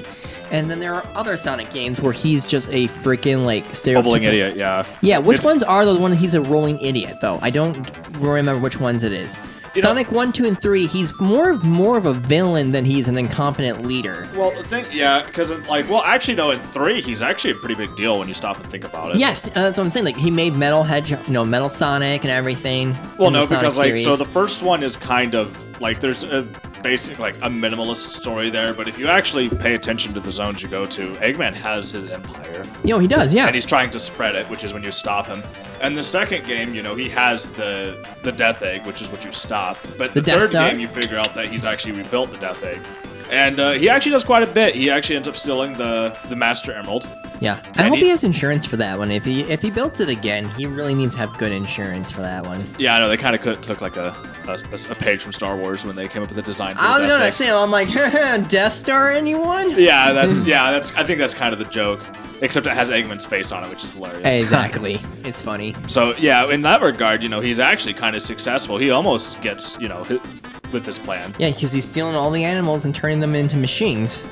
S1: and then there are other Sonic games where he's just a freaking like stereotypical
S3: Bubbling idiot, yeah.
S1: Yeah, which
S3: It's-
S1: ones are the one he's a rolling idiot though? I don't remember which ones it is.
S3: know-
S1: Sonic one, two, and three. He's more of more of a villain than he's an incompetent leader.
S3: Well, the thing, yeah, because like, well, actually, no, in three, he's actually a pretty big deal when you stop and think about it.
S1: Yes, uh, that's what I'm saying. Like he made Metal Hedgehog, no Metal Sonic, and everything.
S3: Well,
S1: in the
S3: no, because
S1: Sonic
S3: like,
S1: series.
S3: so the first one is kind of like there's a basic like a minimalist story there, but if you actually pay attention to the zones you go to, Eggman has his empire.
S1: you know he does. Yeah,
S3: and he's trying to spread it, which is when you stop him. And the second game, you know, he has the the Death Egg, which is what you stop. But
S1: The
S3: the,
S1: Death
S3: third
S1: Star?
S3: game, you figure out that he's actually rebuilt the Death Egg, and uh, he actually does quite a bit. He actually ends up stealing the the Master Emerald.
S1: Yeah, I
S3: And
S1: hope
S3: he-
S1: he has insurance for that one. If he if he builds it again, he really needs to have good insurance for that one.
S3: Yeah, I know they kind of took like a, a a page from Star Wars when they came up with the design. For the
S1: I was
S3: Death
S1: gonna
S3: Egg.
S1: say, I'm like, Death Star, anyone?
S3: Yeah, that's yeah, that's I think that's kind of the joke. Except it has Eggman's face on it, which is hilarious.
S1: Exactly. it's funny.
S3: So yeah, in that regard, you know, he's actually kind of successful. He almost gets you know hit with his plan.
S1: Yeah, because he's stealing all the animals and turning them into machines.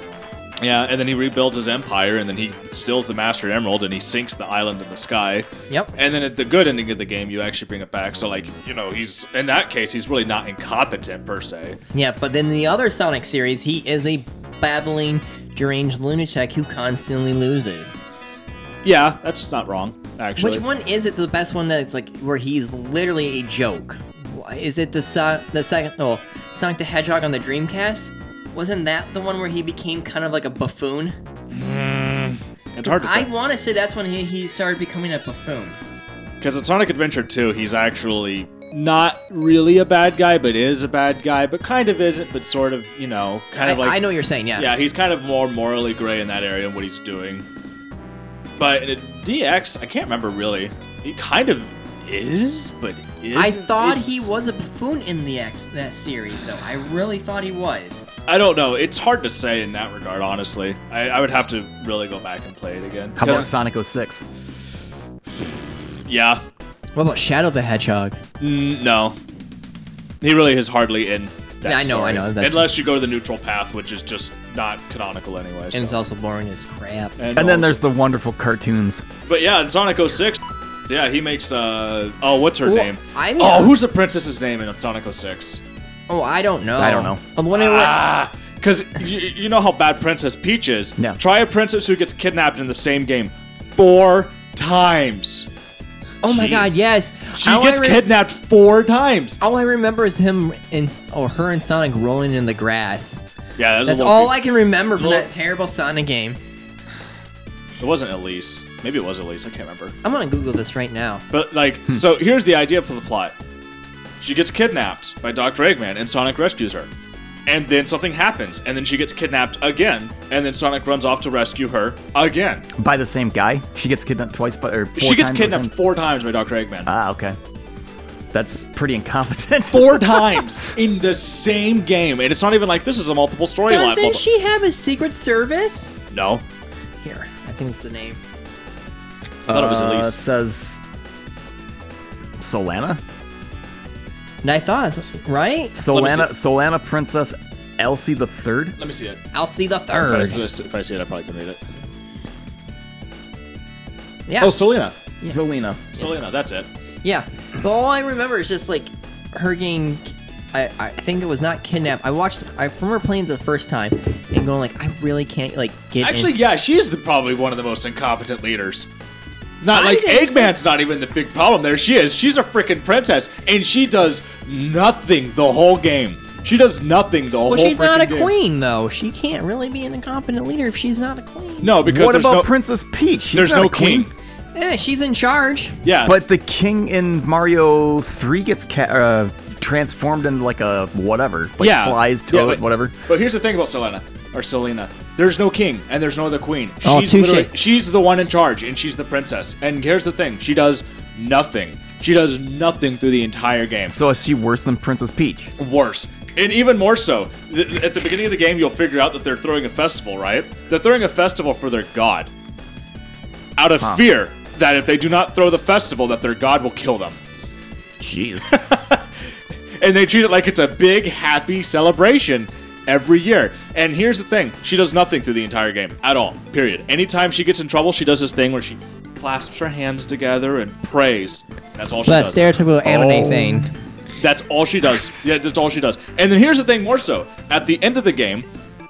S3: Yeah, and then he rebuilds his empire, and then he steals the Master Emerald, and he sinks the island in the sky.
S1: Yep.
S3: And then at the good ending of the game, you actually bring it back. So, like, you know, he's in that case, he's really not incompetent per se.
S1: Yeah, but then the other Sonic series, he is a babbling, deranged lunatic who constantly loses.
S3: Yeah, that's not wrong, actually.
S1: Which one is it? The best one that's like where he's literally a joke. Wh- Is it the so- the second? No, Sonic the Hedgehog on the Dreamcast. Wasn't that the one where he became kind of like a buffoon?
S3: It's hard to
S1: I
S3: say.
S1: want to say that's when he, he started becoming a buffoon.
S3: Because in Sonic Adventure 2, he's actually not really a bad guy, but is a bad guy, but kind of isn't, but sort of, you know, kind
S1: I,
S3: of like.
S1: I know what you're saying, yeah.
S3: Yeah, he's kind of more morally gray in that area and what he's doing. But in DX, I can't remember really. He kind of is, but is.
S1: I thought he was a buffoon in the X that series, though. I really thought he was.
S3: I don't know. It's hard to say in that regard, honestly. I, I would have to really go back and play it again.
S2: How about
S3: Because-
S2: Sonic 06?
S3: Yeah.
S1: What about Shadow the Hedgehog?
S3: Mm, no. He really is hardly in. That
S1: Yeah, I know,
S3: story.
S1: I know, that's-
S3: Unless you go to the neutral path, which is just not canonical anyway.
S1: And it's
S3: so.
S1: also boring as crap.
S2: And then
S3: also-
S2: there's the wonderful cartoons.
S3: But yeah, in Sonic 06, yeah, he makes uh oh, what's her
S1: Well,
S3: name?
S1: I mean-
S3: oh, who's the princess's name in Sonic 06?
S1: Oh, I don't know.
S2: I don't know.
S1: Um, when it went-
S3: Ah, because you, you know how bad Princess Peach is.
S2: Yeah.
S3: Try a princess who gets kidnapped in the same game four times.
S1: Oh my
S3: Jeez.
S1: god, yes.
S3: She
S1: All I
S3: gets
S1: re-
S3: kidnapped four times.
S1: All I remember is him and or her and Sonic rolling in the grass.
S3: Yeah, that was
S1: Oh, That's
S3: a little
S1: all
S3: creep-
S1: I can remember from
S3: Well-
S1: that terrible Sonic game.
S3: It wasn't Elise. Maybe it was Elise. I can't remember.
S1: I'm gonna Google this right now.
S3: But like,
S2: Hmm.
S3: so here's the idea for the plot: she gets kidnapped by Doctor Eggman, and Sonic rescues her. And then something happens, and then she gets kidnapped again, and then Sonic runs off to rescue her again.
S2: By the same guy? She gets kidnapped twice, but or four
S3: she gets
S2: times by the
S3: kidnapped
S2: same-
S3: four times by Doctor Eggman.
S2: Ah, okay. That's pretty incompetent.
S3: four times in the same game, and it's not even like this is a multiple storyline. blah, blah.
S1: Doesn't she have a secret service?
S3: No,
S1: Here, I think it's the name.
S3: I thought it was
S2: Uh,
S3: Elise.
S2: says Solana?
S1: And I thought, right?
S2: Solana
S3: see.
S2: Solana Princess Elsie the Third?
S3: Let me see it. If
S1: I'll see the
S3: I-
S1: third.
S3: If I see it, I probably can read it.
S1: Yeah,
S3: Oh, Selena.
S2: Zelina.
S3: Selena, that's it.
S1: yeah. But all I remember is just like her getting. I, I think it was not kidnapped. I watched. I remember playing it the first time and going like, I really can't like get. in-
S3: Actually, yeah, she's the, probably one of the most incompetent leaders. Not
S1: I
S3: like
S1: think so.
S3: Eggman's not even the big problem. There she is. She's a freaking princess, and she does nothing the whole game. She does nothing the whole.
S1: Well, she's not a
S3: freaking game.
S1: queen though. She can't really be an incompetent leader if she's not a queen.
S3: No, because
S2: What
S3: there's
S2: about
S3: no,
S2: Princess Peach? She's
S3: there's
S2: not
S3: no
S2: a queen.
S3: queen.
S1: Yeah, she's in charge.
S3: Yeah,
S2: But the king in Mario Three gets ca- uh, transformed into like a whatever, like
S3: yeah,
S2: flies,
S3: Yeah,
S2: toad,
S3: but-
S2: whatever.
S3: But here's the thing about Selena or Selena. There's no king and there's no other queen. She's
S1: Oh, touche.
S3: literally- She's the one in charge and she's the princess. And here's the thing: she does nothing. She does nothing through the entire game.
S2: So is she worse than Princess Peach?
S3: worse. And even more so, th- at the beginning of the game, you'll figure out that they're throwing a festival, right? They're throwing a festival for their god. Out of fear that if they do not throw the festival, that their god will kill them.
S2: Jeez.
S3: And they treat it like it's a big, happy celebration every year. And here's the thing she does nothing through the entire game at all, period. Anytime she gets in trouble, she does this thing where she clasps her hands together and prays. That's all she
S1: That
S3: does.
S1: stereotypical
S3: Oh,
S1: anime thing.
S3: That's all she does. Yeah, that's all she does. And then here's the thing more so. At the end of the game,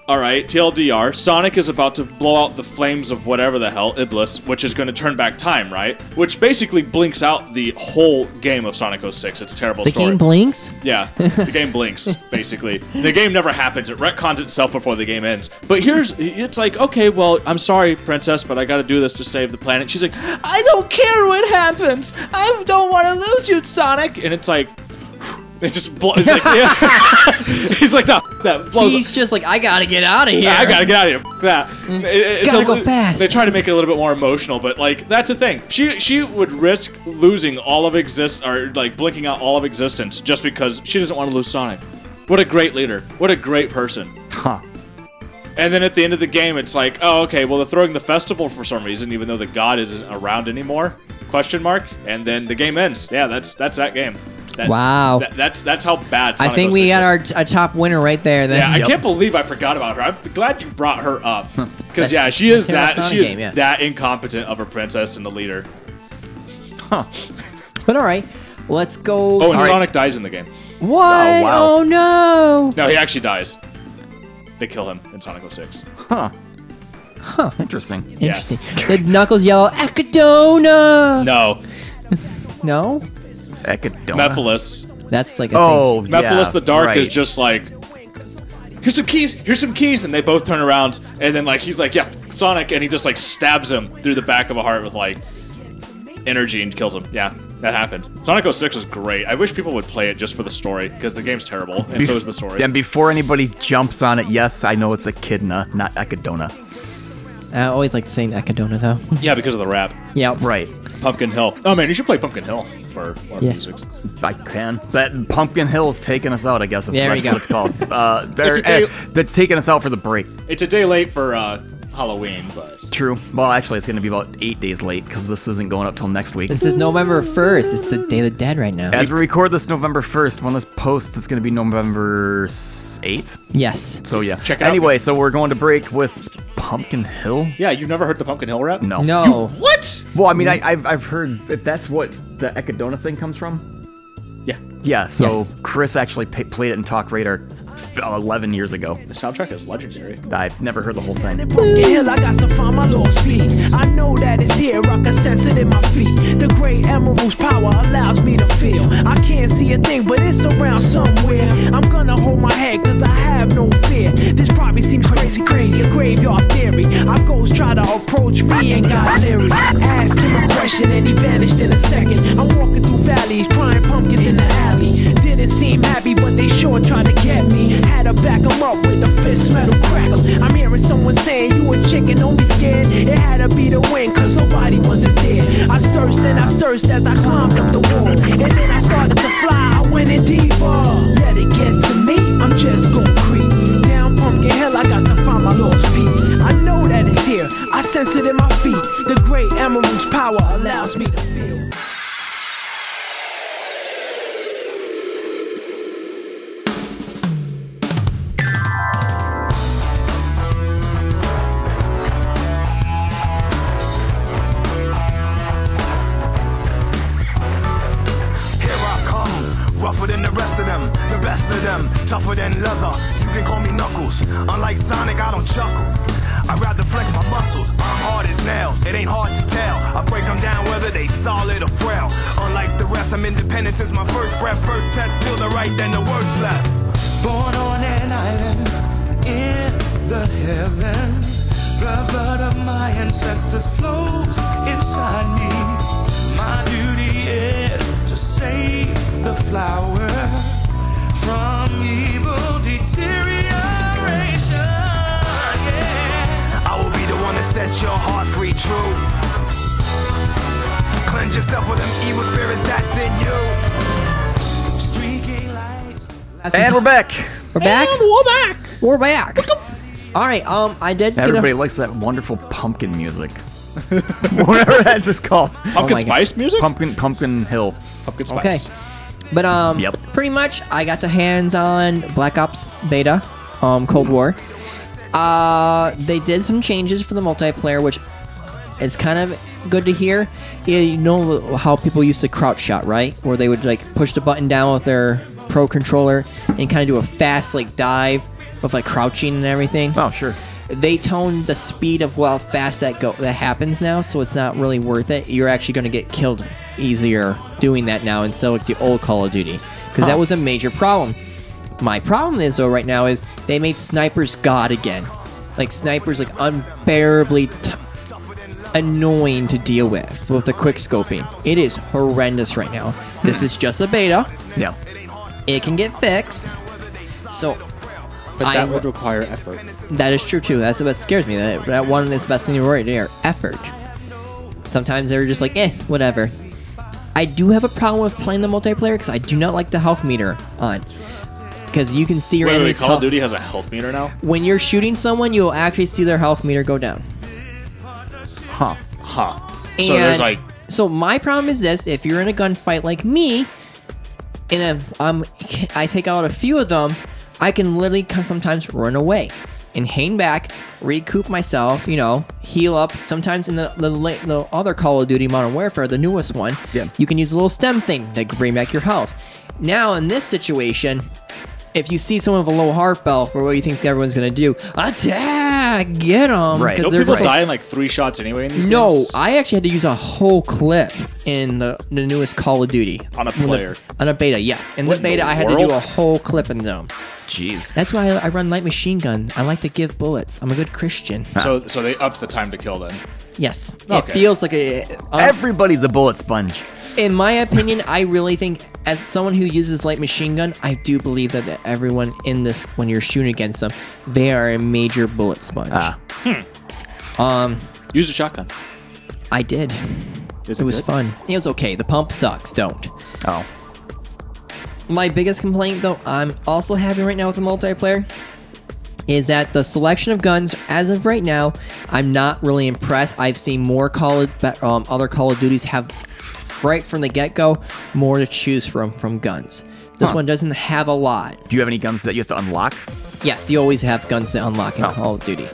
S3: all right, TLDR, Sonic is about to blow out the flames of whatever the hell, Iblis, which is going to turn back time, right? Which basically blinks out the whole game of Sonic 06. It's a terrible
S1: The
S3: story.
S1: game blinks.
S3: Yeah, the game blinks basically. The game never happens. It retcons itself before the game ends. But here's it's like, okay, well, I'm sorry, princess, but I got to do this to save the planet. She's like, I don't care what happens. I don't want to lose you, Sonic. And it's like, it just blows. It's like, yeah. He's like, no, f- that blows.
S1: He's just like, I gotta get out of here.
S3: I gotta get out of here. F- that. It- it's
S1: Mm. Gotta
S3: a
S1: go
S3: li-
S1: fast.
S3: They try to make it a little bit more emotional, but like that's the thing. She she would risk losing all of exist or like blinking out all of existence just because she doesn't want to lose Sonic. What a great leader. What a great person.
S2: huh.
S3: And then at the end of the game, it's like, oh, okay, well, they're throwing the festival for some reason, even though the god isn't around anymore? Question mark. And then the game ends. Yeah, that's that's that game. That-
S1: Wow.
S3: that- that's that's how bad.
S1: I
S3: Sonic
S1: think we
S3: 06
S1: got
S3: was.
S1: our, our top winner right there. Then.
S3: Yeah, I
S2: Yep.
S3: can't believe I forgot about her. I'm glad you brought her up because
S1: That's-
S3: yeah, she is
S1: that came out
S3: that she
S1: Sonic
S3: is
S1: game, yeah.
S3: that incompetent of a princess and a leader.
S1: But all right, let's go.
S3: Oh, and
S1: All right.
S3: Sonic dies in the game.
S1: What?
S2: Oh, wow.
S1: Oh, no.
S3: No, he actually dies. They kill him in Sonic 06.
S2: Interesting.
S3: Yeah.
S1: Interesting. Did Knuckles yell Acadona?
S3: No,
S1: No.
S2: Echidna.
S3: Mephiles.
S1: That's like a
S2: Oh, yeah,
S3: Mephiles the Dark
S2: right.
S3: is just like, here's some keys, here's some keys, and they both turn around, and then like he's like, yeah, Sonic, and he just like stabs him through the back of a heart with like energy and kills him. Yeah. That happened. Sonic 06 was great. I wish people would play it just for the story because the game's terrible, and so is the story.
S2: And before anybody jumps on it, yes, I know it's Echidna, not Echidna.
S1: thing. I always like saying Acadona though.
S3: Yeah, because of the rap.
S1: yeah.
S2: Right.
S3: Pumpkin Hill. Oh man, you should play Pumpkin Hill for one of
S1: Yeah.
S3: the musics.
S2: I can. That Pumpkin Hill's taking us out, I guess. If
S1: There
S2: that's
S1: we go.
S2: what it's called. Uh, they're,
S3: It's a
S2: eh, they're taking us out for the break.
S3: It's a day late for uh, Halloween, but
S2: True. Well, actually, it's going to be about eight days late because this isn't going up till next week.
S1: This is November first. It's the Day of the Dead right now.
S2: As we record this November 1st, when this posts, it's going to be November s- 8th.
S1: yes.
S2: So, yeah.
S3: Check it out.
S2: anyway, so we're going to break with Pumpkin Hill?
S3: yeah, you've never heard the Pumpkin Hill rap?
S2: No.
S1: No.
S3: What?
S2: Well, I mean, I, I've, I've heard if that's what the Echidona thing comes from.
S3: Yeah.
S2: Yeah, so
S1: Yes.
S2: Chris actually pa played it in Talk Radar 11 years ago.
S3: The soundtrack is
S1: Oh
S3: legendary.
S2: I've never heard the whole thing.
S6: Bunker Hill, I got to find my lost peace. I know that it's here, I can sense it in my feet. The great emerald's power allows me to feel. I can't see a thing, but it's around somewhere. I'm gonna hold my head, cause I have no fear. This probably seems crazy, crazy, a graveyard theory. Our ghosts try to approach me and got leery. Ask him a question and he vanished in a second. I'm walking through valleys, crying pumpkins in the alley. Didn't seem happy, but they sure tried to get me. Had to back him up with a fist metal crackle. I'm hearing someone saying, You a chicken, don't be scared. It had to be the wind, cause nobody wasn't there. I searched and I searched as I climbed up the wall. And then I started to fly, I went in deeper. Let it get to me, I'm just gonna creep. Down Pumpkin Hill, I got to find my lost peace. I know that it's here, I sense it in my feet. The great emerald's power allows me to feel.
S7: Here I come, rougher than the rest of them, the best of them, tougher than leather. You can call me Knuckles. Unlike Sonic, I don't chuckle. I rather flex my muscles. I'm hard as nails. It ain't hard to tell. I break them down whether they solid or frail. Unlike the rest, I'm independent since my first breath. First test, feel the right, then the worst left.
S8: Born on an island in the heavens. The blood of my ancestors flows inside me. My duty is to save the flower from evil deterioration. Yeah.
S7: I will be the one that sets your heart free, true. Cleanse yourself of them evil spirits that's in you.
S8: Streaking lights.
S2: And we're back.
S1: We're back. we're back. We're back. All right. Um, I did get
S2: Everybody
S1: a,
S2: likes that wonderful pumpkin music. Whatever that's just called.
S3: Pumpkin
S1: Oh my God.
S3: Spice music?
S2: Pumpkin Pumpkin Hill.
S3: Pumpkin
S1: okay,
S3: Spice.
S1: but um,
S2: Yep.
S1: pretty much I got the hands on Black Ops Beta, um, Cold War. Uh, they did some changes for the multiplayer, which it's kind of good to hear. Yeah, you know how people used to crouch shot, right? Where they would like push the button down with their pro controller and kind of do a fast like dive of like crouching and everything.
S2: Oh, sure.
S1: they tone the speed of how fast that go that happens now, so it's not really worth it. You're actually going to get killed easier doing that now instead of like the old Call of Duty, because that was a major problem. My problem is though right now is they made snipers god again, like snipers like unbearably t- annoying to deal with with the quick scoping. It is horrendous right now. This is just a beta.
S2: Yeah.
S1: It can get fixed. So
S3: But that
S1: I-
S3: would require effort.
S1: that is true too. That's what scares me. That, that one is the best thing in the world. They are effort. Sometimes they're just like, eh, whatever. I do have a problem with playing the multiplayer because I do not like the health meter on. Because you can see your
S3: Wait, wait,
S1: enemy's
S3: Call of
S1: health-
S3: Duty has a health meter now?
S1: When you're shooting someone, you will actually see their health meter go down.
S2: Huh.
S3: Huh.
S1: And
S3: so there's like
S1: so my problem is this: if you're in a gunfight like me, and if I'm, I take out a few of them, I can literally c- sometimes run away and hang back, recoup myself, you know, heal up. Sometimes in the the, la- the other Call of Duty Modern Warfare, the newest one,
S2: Yeah.
S1: you can use a little stem thing to bring back your health. Now in this situation, if you see someone with a low heart bell, for what you think everyone's gonna do, attack, get them,
S2: Right.
S3: don't
S2: Don't
S1: they're
S3: people
S1: just like-
S3: die in like three shots anyway in these
S1: no,
S3: games?
S1: I actually had to use a whole clip in the, the newest Call of Duty
S3: On a
S1: When the-
S3: player.
S1: on a beta. Yes, in
S3: What
S1: the
S3: in
S1: beta,
S3: the
S1: I had to
S3: world?
S1: do a whole clip in them.
S2: Jeez.
S1: That's why I, I run light machine gun. I like to give bullets. I'm a good Christian.
S3: So, so they upped the time to kill then.
S1: Yes, it
S3: Okay.
S1: feels like a. um,
S2: Everybody's a bullet sponge.
S1: in my opinion, I really think, as someone who uses light machine gun, I do believe that, that everyone in this, when you're shooting against them, they are a major bullet sponge.
S2: Ah.
S3: Use a shotgun.
S1: I did.
S3: Is
S1: It was
S3: good?
S1: fun. It was okay. The pump sucks. Don't.
S2: Oh.
S1: My biggest complaint, though, I'm also having right now with the multiplayer, is that the selection of guns, as of right now, I'm not really impressed. I've seen more Call of, but, um, other Call of Duties have, right from the get go, more to choose from from guns. This
S2: Huh.
S1: one doesn't have a lot.
S2: Do you have any guns that you have to unlock?
S1: Yes, you always have guns to unlock in
S2: Oh.
S1: Call of Duty.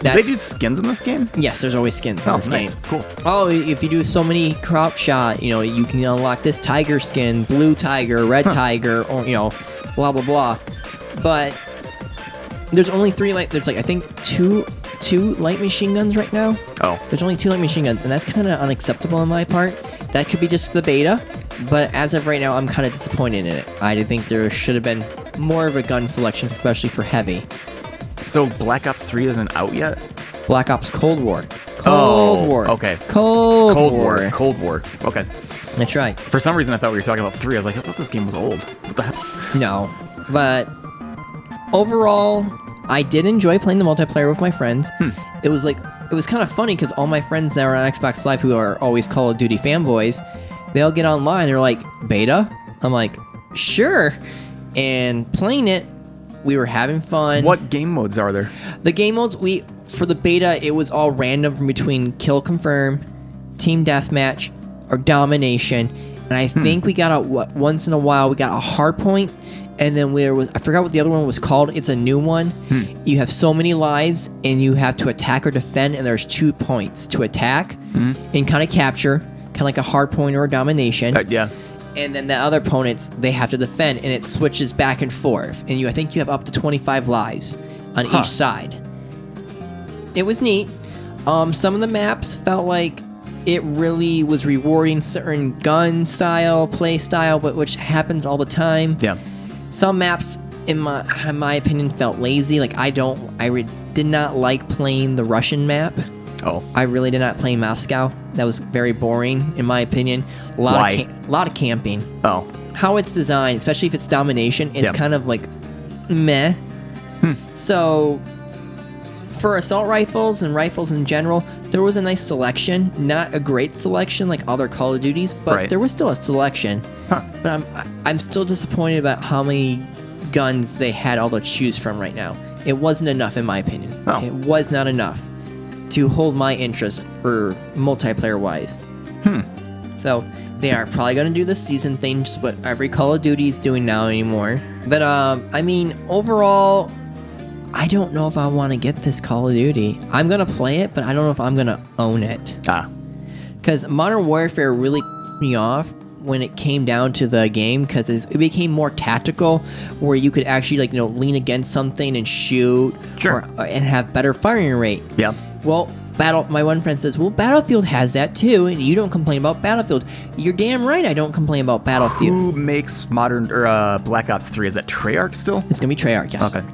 S2: Do
S1: That-
S2: they do skins in this game?
S1: Yes, there's always skins in
S2: Oh,
S1: this
S2: nice.
S1: game.
S2: Cool.
S1: Oh, if you do so many crop shot, you know you can unlock this tiger skin, blue tiger, red tiger, or you know, blah blah blah. but there's only three light. There's like I think two two light machine guns right now.
S2: Oh.
S1: There's only two light machine guns, and that's kind of unacceptable on my part. That could be just the beta, but as of right now, I'm kind of disappointed in it. I think there should have been more of a gun selection, especially for heavy.
S2: So Black Ops 3 isn't out yet?
S1: Black Ops Cold War. Cold
S2: Oh,
S1: War.
S2: okay.
S1: Cold,
S2: Cold
S1: War.
S2: War. Cold War. Okay.
S1: That's right.
S2: For some reason, I thought we were talking about 3. I was like, I thought this game was old. What the hell?
S1: No, but overall, I did enjoy playing the multiplayer with my friends.
S2: Hmm.
S1: It was like it was kind of funny because all my friends that are on Xbox Live who are always Call of Duty fanboys, they all get online. They're like beta. I'm like, sure, and playing it. We were having fun.
S2: What game modes are there?
S1: The game modes we for the beta it was all random from between kill confirm, team deathmatch, or domination, and I think we got a what once in a while we got a hard point, and then we was I forgot what the other one was called. It's a new one. You have so many lives and you have to attack or defend, and there's two points to attack and kind of capture, kind of like a hard point or a domination
S2: Uh, yeah.
S1: and then the other opponents they have to defend and it switches back and forth and you i think you have up to 25 lives on each side it was neat um, some of the maps felt like it really was rewarding certain gun style play style but which happens all the time
S2: Yeah.
S1: some maps in my in my opinion felt lazy like i don't i re- did not like playing the russian map
S2: Oh.
S1: I really did not play Moscow. That was very boring, in my opinion. A lot
S2: Why?
S1: of cam- lot of camping
S2: Oh.
S1: how it's designed, especially if it's domination, it's
S2: Yeah. Hmm.
S1: kind of like meh. So for assault rifles and rifles in general, there was a nice selection, not a great selection like other Call of Duties, but
S2: Right.
S1: there was still a selection. But I'm I- I'm still disappointed about how many guns they had all to choose from right now. It wasn't enough in my opinion.
S2: Oh.
S1: It was not enough to hold my interest for multiplayer wise. So they are probably going to do the season thing, just what every Call of Duty is doing now anymore. But um, I mean, overall, I don't know if I want to get this Call of Duty. I'm going to play it, but I don't know if I'm going to own it.
S2: Ah.
S1: Because Modern Warfare really me off when it came down to the game because it became more tactical where you could actually like you know lean against something and shoot
S2: Sure.
S1: or, uh, and have better firing rate
S2: Yeah.
S1: well, Battle. My one friend says, "Well, Battlefield has that too, and you don't complain about Battlefield. You're damn right. I don't complain about Battlefield.
S2: Who makes modern or uh, Black Ops 3? Is that Treyarch still?
S1: It's gonna be Treyarch, yes.
S2: Okay.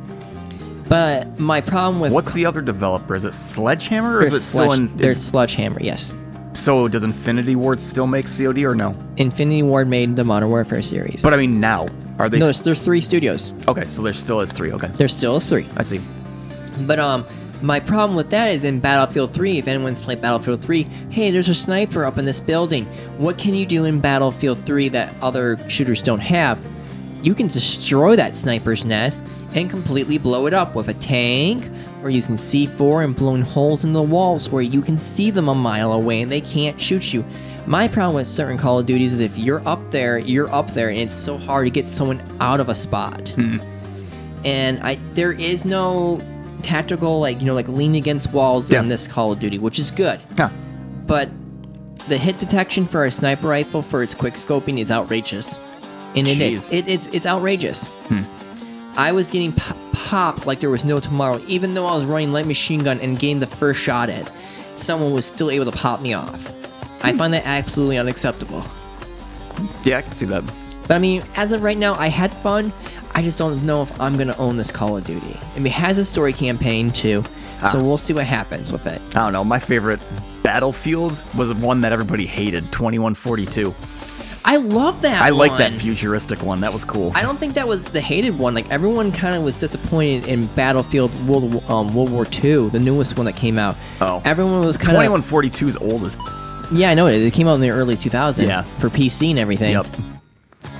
S1: But my problem with
S2: What's the other developer? Is it Sledgehammer or
S1: there's,
S2: is it still
S1: Sludge-
S2: in
S1: there's
S2: is,
S1: Sledgehammer, yes.
S2: So does Infinity Ward still make COD or no?
S1: Infinity Ward made the Modern Warfare series.
S2: But I mean now. Are they
S1: no,
S2: s-
S1: there's, there's three studios.
S2: Okay, so there still is 3. Okay.
S1: There's still three.
S2: I see.
S1: But um, my problem with that is in Battlefield 3. If anyone's played Battlefield 3, hey, there's a sniper up in this building. What can you do in Battlefield 3 that other shooters don't have? You can destroy that sniper's nest and completely blow it up with a tank or using C4 and blowing holes in the walls where you can see them a mile away and they can't shoot you. My problem with certain Call of Duties is if you're up there, you're up there, and it's so hard to get someone out of a spot and I there is no tactical like you know like lean against walls
S2: Yeah.
S1: in this Call of Duty, which is good.
S2: Huh.
S1: But the hit detection for a sniper rifle for its quick scoping is outrageous, and it is
S2: Jeez.
S1: it, it's it's outrageous. I was getting pop- popped like there was no tomorrow, even though I was running light machine gun and getting the first shot at. Someone was still able to pop me off. I find that absolutely unacceptable.
S2: Yeah, I can see that.
S1: But I mean, as of right now, I had fun. I just don't know if I'm gonna own this Call of Duty. I mean, it has a story campaign too, so we'll see what happens with it.
S2: I don't know. My favorite Battlefield was one that everybody hated, 2142.
S1: I love that.
S2: I like that
S1: one.
S2: futuristic one. That was cool.
S1: I don't think that was the hated one. Like everyone kind of was disappointed in Battlefield World um, World War II, the newest one that came out.
S2: Oh.
S1: everyone was kind of
S2: 2142 is old as.
S1: yeah, I know it. It came out in the early 2000s
S2: Yeah.
S1: for PC and everything.
S2: Yep.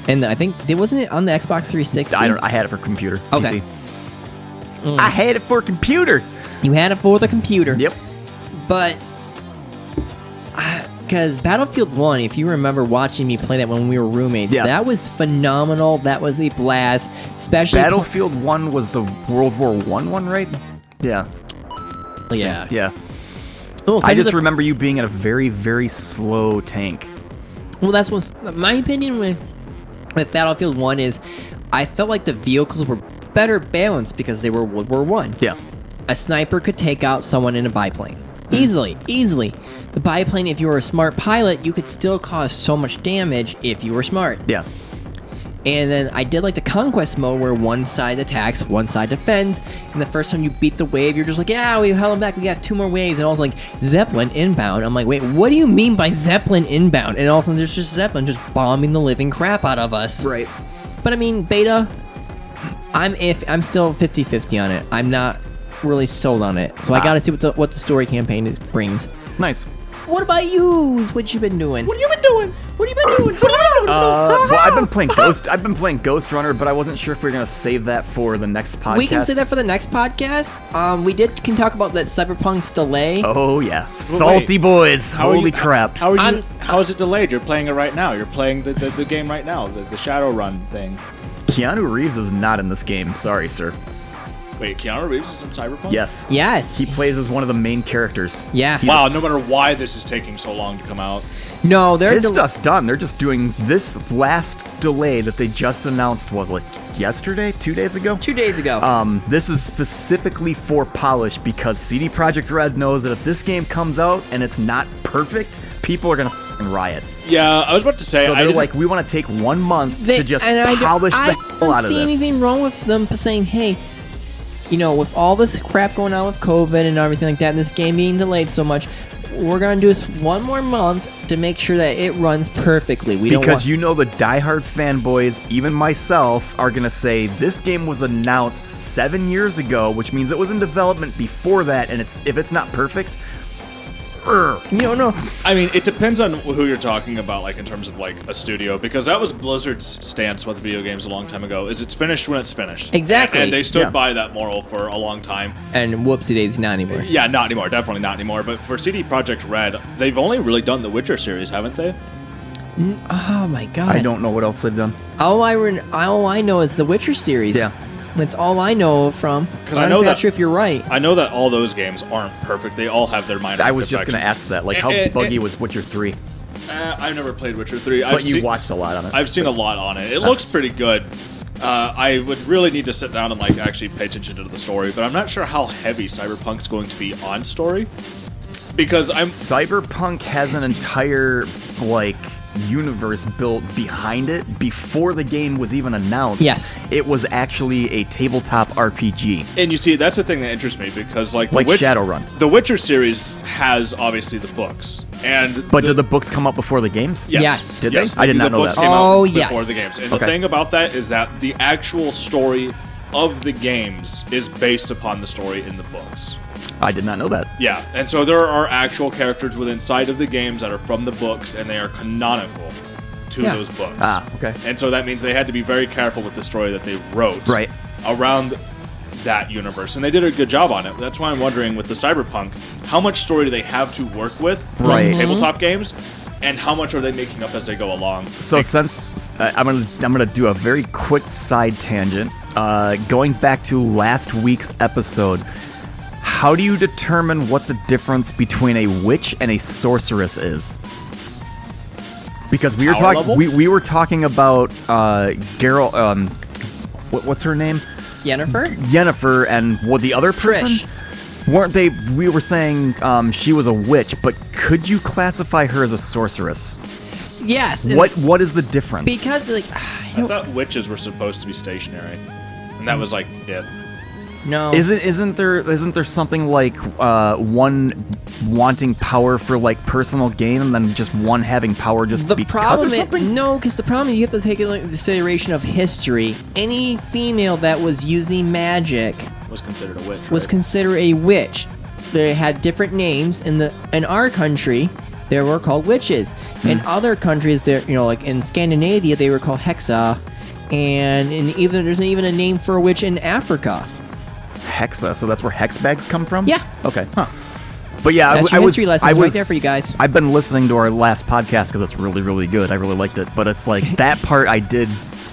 S1: And I think it wasn't it on the Xbox 360.
S2: I don't. I had it for computer.
S1: Okay. Mm.
S2: PC. I had it for computer.
S1: You had it for the computer.
S2: Yep.
S1: but because Battlefield One, if you remember watching me play that when we were roommates,
S2: Yeah.
S1: that was phenomenal. That was a blast, especially
S2: Battlefield One was the World War One one, right? Yeah.
S1: Yeah,
S2: Yeah.
S1: Oh,
S2: I
S1: Head of
S2: just
S1: the-
S2: remember you being in a very, very slow tank.
S1: Well, that's what my opinion with with Battlefield One is. I felt like the vehicles were better balance because they were World War One.
S2: Yeah.
S1: A sniper could take out someone in a biplane. Easily, easily. The biplane, if you were a smart pilot, you could still cause so much damage if you were smart.
S2: Yeah.
S1: And then I did like the conquest mode where one side attacks, one side defends. And the first time you beat the wave, you're just like, yeah, we held them back. We got two more waves. And I was like, Zeppelin inbound. I'm like, wait, what do you mean by Zeppelin inbound? And all of a sudden, there's just Zeppelin just bombing the living crap out of us.
S2: Right.
S1: But I mean, beta, I'm if I'm still 50 50 on it. I'm not really sold on it. So I
S2: Ah.
S1: got to see what the, what the story campaign is- brings.
S2: Nice.
S1: What about you? What you been doing? What you been doing? What you been doing?
S2: Uh, well, I've been playing Ghost. I've been playing Ghost Runner, but I wasn't sure if we were gonna save that for the next podcast.
S1: We can say that for the next podcast. Um, we did can talk about that Cyberpunk's delay.
S2: Oh yeah, salty boys!
S3: How are
S2: Holy
S3: you-
S2: crap!
S3: How are you?
S1: I'm-
S3: how is it delayed? You're playing it right now. You're playing the, the, the game right now. The, the Shadowrun thing.
S2: Keanu Reeves is not in this game. Sorry, sir.
S3: Wait, Keanu Reeves is in Cyberpunk.
S2: Yes.
S1: Yes.
S2: He plays as one of the main characters.
S1: yeah.
S3: Wow. No matter why this is taking so long to come out.
S1: No, they're
S2: His
S1: del-
S2: stuff's done. They're just doing this last delay that they just announced was like yesterday, two days ago.
S1: two days ago.
S2: Um, this is specifically for polish because CD Projekt Red knows that if this game comes out and it's not perfect, people are gonna f***ing riot.
S3: Yeah, I was about to say.
S2: So
S3: I
S2: they're
S3: didn't-
S2: like, we want to take one month
S1: They-
S2: to just
S1: and I don't-
S2: polish
S1: I
S2: the hell
S1: don't
S2: out of
S1: see
S2: this.
S1: anything wrong with them saying, hey, you know, with all this crap going on with COVID and everything like that, and this game being delayed so much, we're gonna do this one more month to make sure that it runs perfectly. We don't
S2: Because
S1: want-
S2: you know the diehard fanboys, even myself, are gonna say this game was announced seven years ago, which means it was in development before that, and it's if it's not perfect, er,
S1: you don't know.
S3: I mean, it depends on who you're talking about, like in terms of like a studio, because that was Blizzard's stance with video games a long time ago. Is it's finished when it's finished.
S1: Exactly.
S3: And they stood
S2: Yeah.
S3: by that moral for a long time.
S1: And whoopsie daisy, not anymore.
S3: Yeah, not anymore. Definitely not anymore. But for CD Projekt Red, they've only really done the Witcher series, haven't they?
S1: Oh my god.
S2: I don't know what else they've done.
S1: All I re- all I know is the Witcher series.
S2: Yeah.
S1: That's all I know from.
S3: 'Cause I know
S1: Honestly,
S3: that-
S1: not sure if you're right.
S3: I know that all those games aren't perfect. They all have their minor.
S2: I was just gonna ask that, like how
S3: Eh, eh,
S2: buggy
S3: eh.
S2: was Witcher Three?
S3: Uh, I've never played Witcher Three.
S2: But
S3: I've
S2: you
S3: seen,
S2: watched a lot on it.
S3: I've seen a lot on it. It looks pretty good. Uh, I would really need to sit down and like actually pay attention to the story, but I'm not sure how heavy Cyberpunk's going to be on story because I'm
S2: Cyberpunk has an entire like universe built behind it before the game was even announced.
S1: Yes.
S2: it was actually a tabletop RPG.
S3: and you see that's the thing that interests me because like
S2: Like
S3: the Witch-
S2: Shadowrun.
S3: the Witcher series has obviously the books and
S2: But
S3: the,
S2: did the books come out before the games?
S3: Yes.
S1: Yes. Did
S2: they?
S3: Yes,
S2: I did
S3: the
S2: not know
S3: books
S2: that.
S3: Came
S1: Oh,
S3: out Before
S1: yes.
S3: the games. And
S2: Okay.
S3: the thing about that is that the actual story of the games is based upon the story in the books.
S2: I did not know that.
S3: Yeah. And so there are actual characters within side of the games that are from the books and they are canonical to
S1: Yeah.
S3: those books.
S2: Ah, okay.
S3: And so that means they had to be very careful with the story that they wrote
S2: Right.
S3: around that universe. And they did a good job on it. That's why I'm wondering with the Cyberpunk, how much story do they have to work with from
S2: Right. Mm-hmm.
S3: tabletop games? And how much are they making up as they go along?
S2: So since uh, I'm gonna I'm gonna do a very quick side tangent, uh, going back to last week's episode, how do you determine what the difference between a witch and a sorceress is? Because we were
S3: Power
S2: talking
S3: level?
S2: we, we were talking about uh, Geralt. Um, what, what's her name?
S1: Jennifer?
S2: Yennefer and what the other person?
S1: Trish.
S2: Weren't they? We were saying um, she was a witch, but could you classify her as a sorceress?
S1: Yes. and-
S2: What What is the difference?
S1: Because like I
S3: I
S1: don't
S3: thought witches were supposed to be stationary, and that was like it.
S1: know.
S2: Isn't isn't there isn't there something like uh, one wanting power for like personal gain and then just one having power just
S1: the
S2: because
S1: problem
S2: or
S1: is
S2: something?
S1: no, because the problem is you have to take into consideration of history. Any female that was using magic
S3: Was considered a witch.
S1: was
S3: right?
S1: considered a witch. They had different names in the in our country. They were called witches. In other countries, they you know like in Scandinavia they were called hexa, and in even there's not even a name for a witch in Africa.
S2: Hexa, so that's where hex bags come from.
S1: Yeah.
S2: Okay. Huh. But yeah, I
S1: That's
S2: w- I,
S1: your
S2: was
S1: history lesson
S2: I
S1: right
S2: was
S1: there for you guys.
S2: I've been listening to our last podcast because it's really really good. I really liked it, but it's like that part I did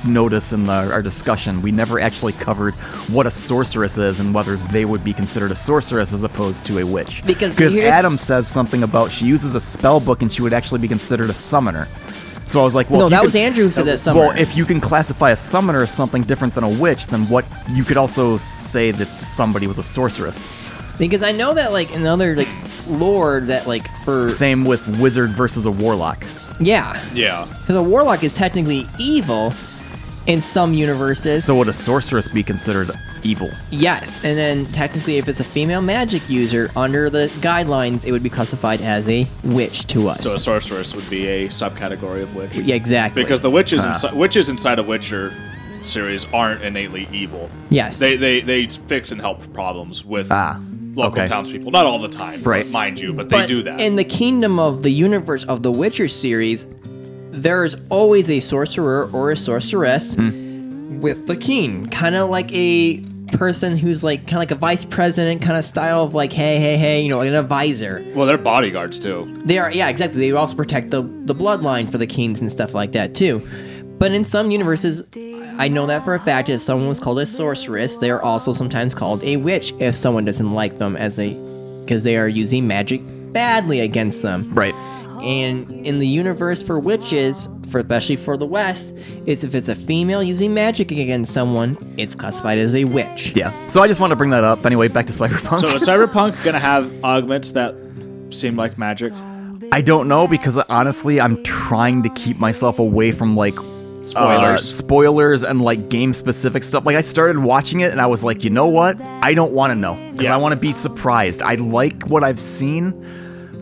S2: notice in the, our discussion. We never actually covered what a sorceress is and whether they would be considered a sorceress as opposed to a witch.
S1: Because
S2: because
S1: here's-
S2: Adam says something about she uses a spell book and she would actually be considered a summoner. So I was like, well,
S1: No,
S2: if you
S1: that
S2: can-
S1: was Andrew who said that
S2: Well,
S1: somewhere.
S2: if you can classify a summoner as something different than a witch, then what? You could also say that somebody was a sorceress.
S1: Because I know that like another like lore that like for
S2: Same with wizard versus a warlock.
S1: yeah,
S3: Yeah.
S1: because a warlock is technically evil in some universes.
S2: So would a sorceress be considered evil?
S1: yes, and then technically, if it's a female magic user under the guidelines, it would be classified as a witch to us.
S3: So a sorceress would be a subcategory of witch.
S1: yeah, exactly.
S3: Because the witches, insi- witches inside of Witcher series aren't innately evil.
S1: yes,
S3: They they they fix and help problems with
S2: Ah,
S3: local
S2: okay.
S3: townspeople. Not all the time,
S2: Right.
S3: Mind you, but they
S1: But
S3: do that.
S1: in the kingdom of the universe of the Witcher series. There is always a sorcerer or a sorceress
S3: Hmm.
S1: with the king, kind of like a person who's like kind of like a vice president kind of style of like hey hey hey you know like an advisor
S3: well, they're bodyguards too.
S1: They are, yeah, exactly. They also protect the the bloodline for the kings and stuff like that too. But in some universes, I know that for a fact. If someone was called a sorceress, they are also sometimes called a witch if someone doesn't like them as a because they are using magic badly against them.
S2: Right.
S1: And in the universe for witches, for especially for the West, it's if it's a female using magic against someone, it's classified as a witch.
S2: Yeah. So I just wanted to bring that up. Anyway, back to cyberpunk.
S3: So is Cyberpunk gonna have augments that seem like magic?
S2: I don't know because honestly, I'm trying to keep myself away from like uh,
S3: Spoilers.
S2: spoilers and like game specific stuff. Like I started watching it and I was like, you know what? I don't want to know because
S3: Yeah.
S2: I want to be surprised. I like what I've seen,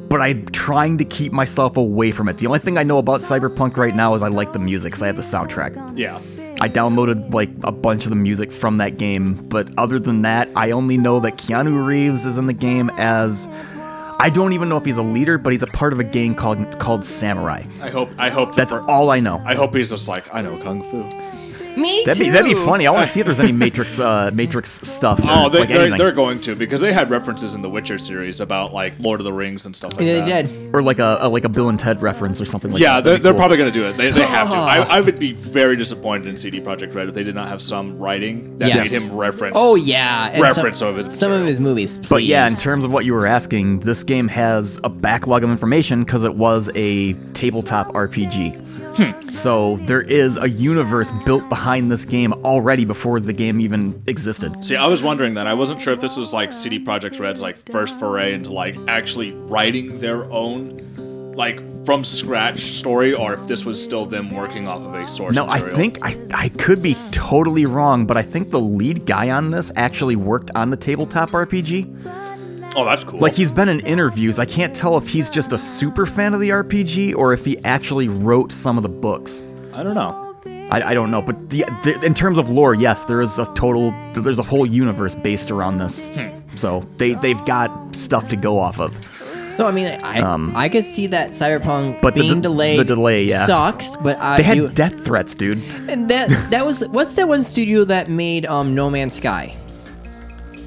S2: but I'm trying to keep myself away from it. The only thing I know about Cyberpunk right now is I like the music because I have the soundtrack.
S3: yeah.
S2: I downloaded like a bunch of the music from that game, but other than that, I only know that Keanu Reeves is in the game as I don't even know if he's a leader, but he's a part of a gang called called Samurai.
S3: I hope. I hope.
S2: That's
S3: the fir-
S2: all I know.
S3: I hope he's just like I know kung fu.
S1: Me
S2: That'd be that'd be funny. I want to see if there's any Matrix uh, Matrix stuff.
S3: Oh, they,
S2: like
S3: they're,
S2: anything.
S3: they're going to because they had references in the Witcher series about like Lord of the Rings and stuff like
S1: Yeah,
S3: that.
S1: they did.
S2: or like a, a like a Bill and Ted reference or something like
S3: yeah,
S2: that.
S3: they're,
S2: That'd be
S3: they're
S2: cool.
S3: probably going to do it. They, they have to. I, I would be very disappointed in CD Projekt Red if they did not have some writing that
S1: Yes.
S3: made him reference.
S1: Oh yeah, and
S3: Reference
S1: some
S3: some of his
S1: some of
S3: material.
S1: his movies.
S2: But yeah, in
S1: please.
S2: terms of what you were asking, this game has a backlog of information because it was a tabletop RPG. So there is a universe built behind this game already before the game even existed.
S3: See, I was wondering that. I wasn't sure if this was like CD Projekt Red's like first foray into like actually writing their own like from scratch story, or if this was still them working off of a source.
S2: No, I
S3: material.
S2: think I, I could be totally wrong, but I think the lead guy on this actually worked on the tabletop RPG.
S3: Oh, that's cool.
S2: Like he's been in interviews. I can't tell if he's just a super fan of the RPG or if he actually wrote some of the books.
S3: I don't know.
S2: I, I don't know, but the, the, in terms of lore, yes, there is a total, there's a whole universe based around this.
S3: Hmm.
S2: So they they've got stuff to go off of.
S1: So I mean, I I could see that Cyberpunk
S2: Um, But the
S1: being
S2: de-
S1: delayed.
S2: the delay, yeah.
S1: sucks. But I
S2: They had
S1: do,
S2: death threats, dude.
S1: and that that was what's that one studio that made um No Man's Sky?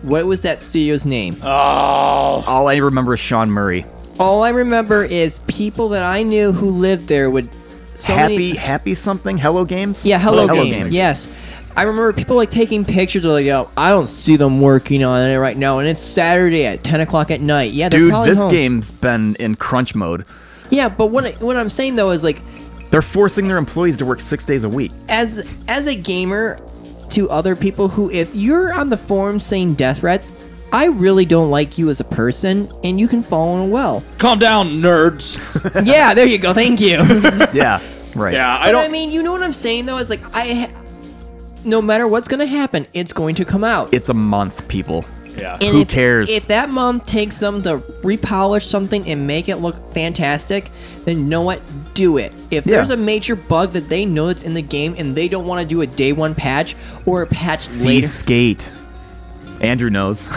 S1: What was that studio's name?
S2: All I remember is Sean Murray.
S1: All I remember is people that I knew who lived there would so
S2: happy
S1: many,
S2: happy something. Hello games.
S1: yeah
S2: Was
S1: Hello,
S2: it
S1: games, yes. I remember people like taking pictures of like, oh, I don't see them working on it right now, and it's Saturday at ten o'clock at night. Yeah, they're
S2: Dude,
S1: probably
S2: this
S1: home.
S2: game's been in crunch mode.
S1: Yeah, but what I, what I'm saying though is like
S2: They're forcing their employees to work six days a week.
S1: as as a gamer to other people who if you're on the forum saying death threats i really don't like you as a person and you can fall in a well
S3: Calm down, nerds.
S1: yeah there you go thank you but
S2: Yeah, right.
S3: yeah, I
S1: I,
S3: don't.
S1: mean you know what i'm saying though it's like i ha- no matter what's gonna happen it's going to come out
S2: It's a month, people.
S3: yeah.
S1: and
S2: who
S1: if,
S2: cares?
S1: if that month takes them to repolish something and make it look fantastic then you know what do it if
S2: Yeah.
S1: there's a major bug that they know it's in the game and they don't want to do a day one patch or a patch
S2: See
S1: later
S2: skate. Andrew knows.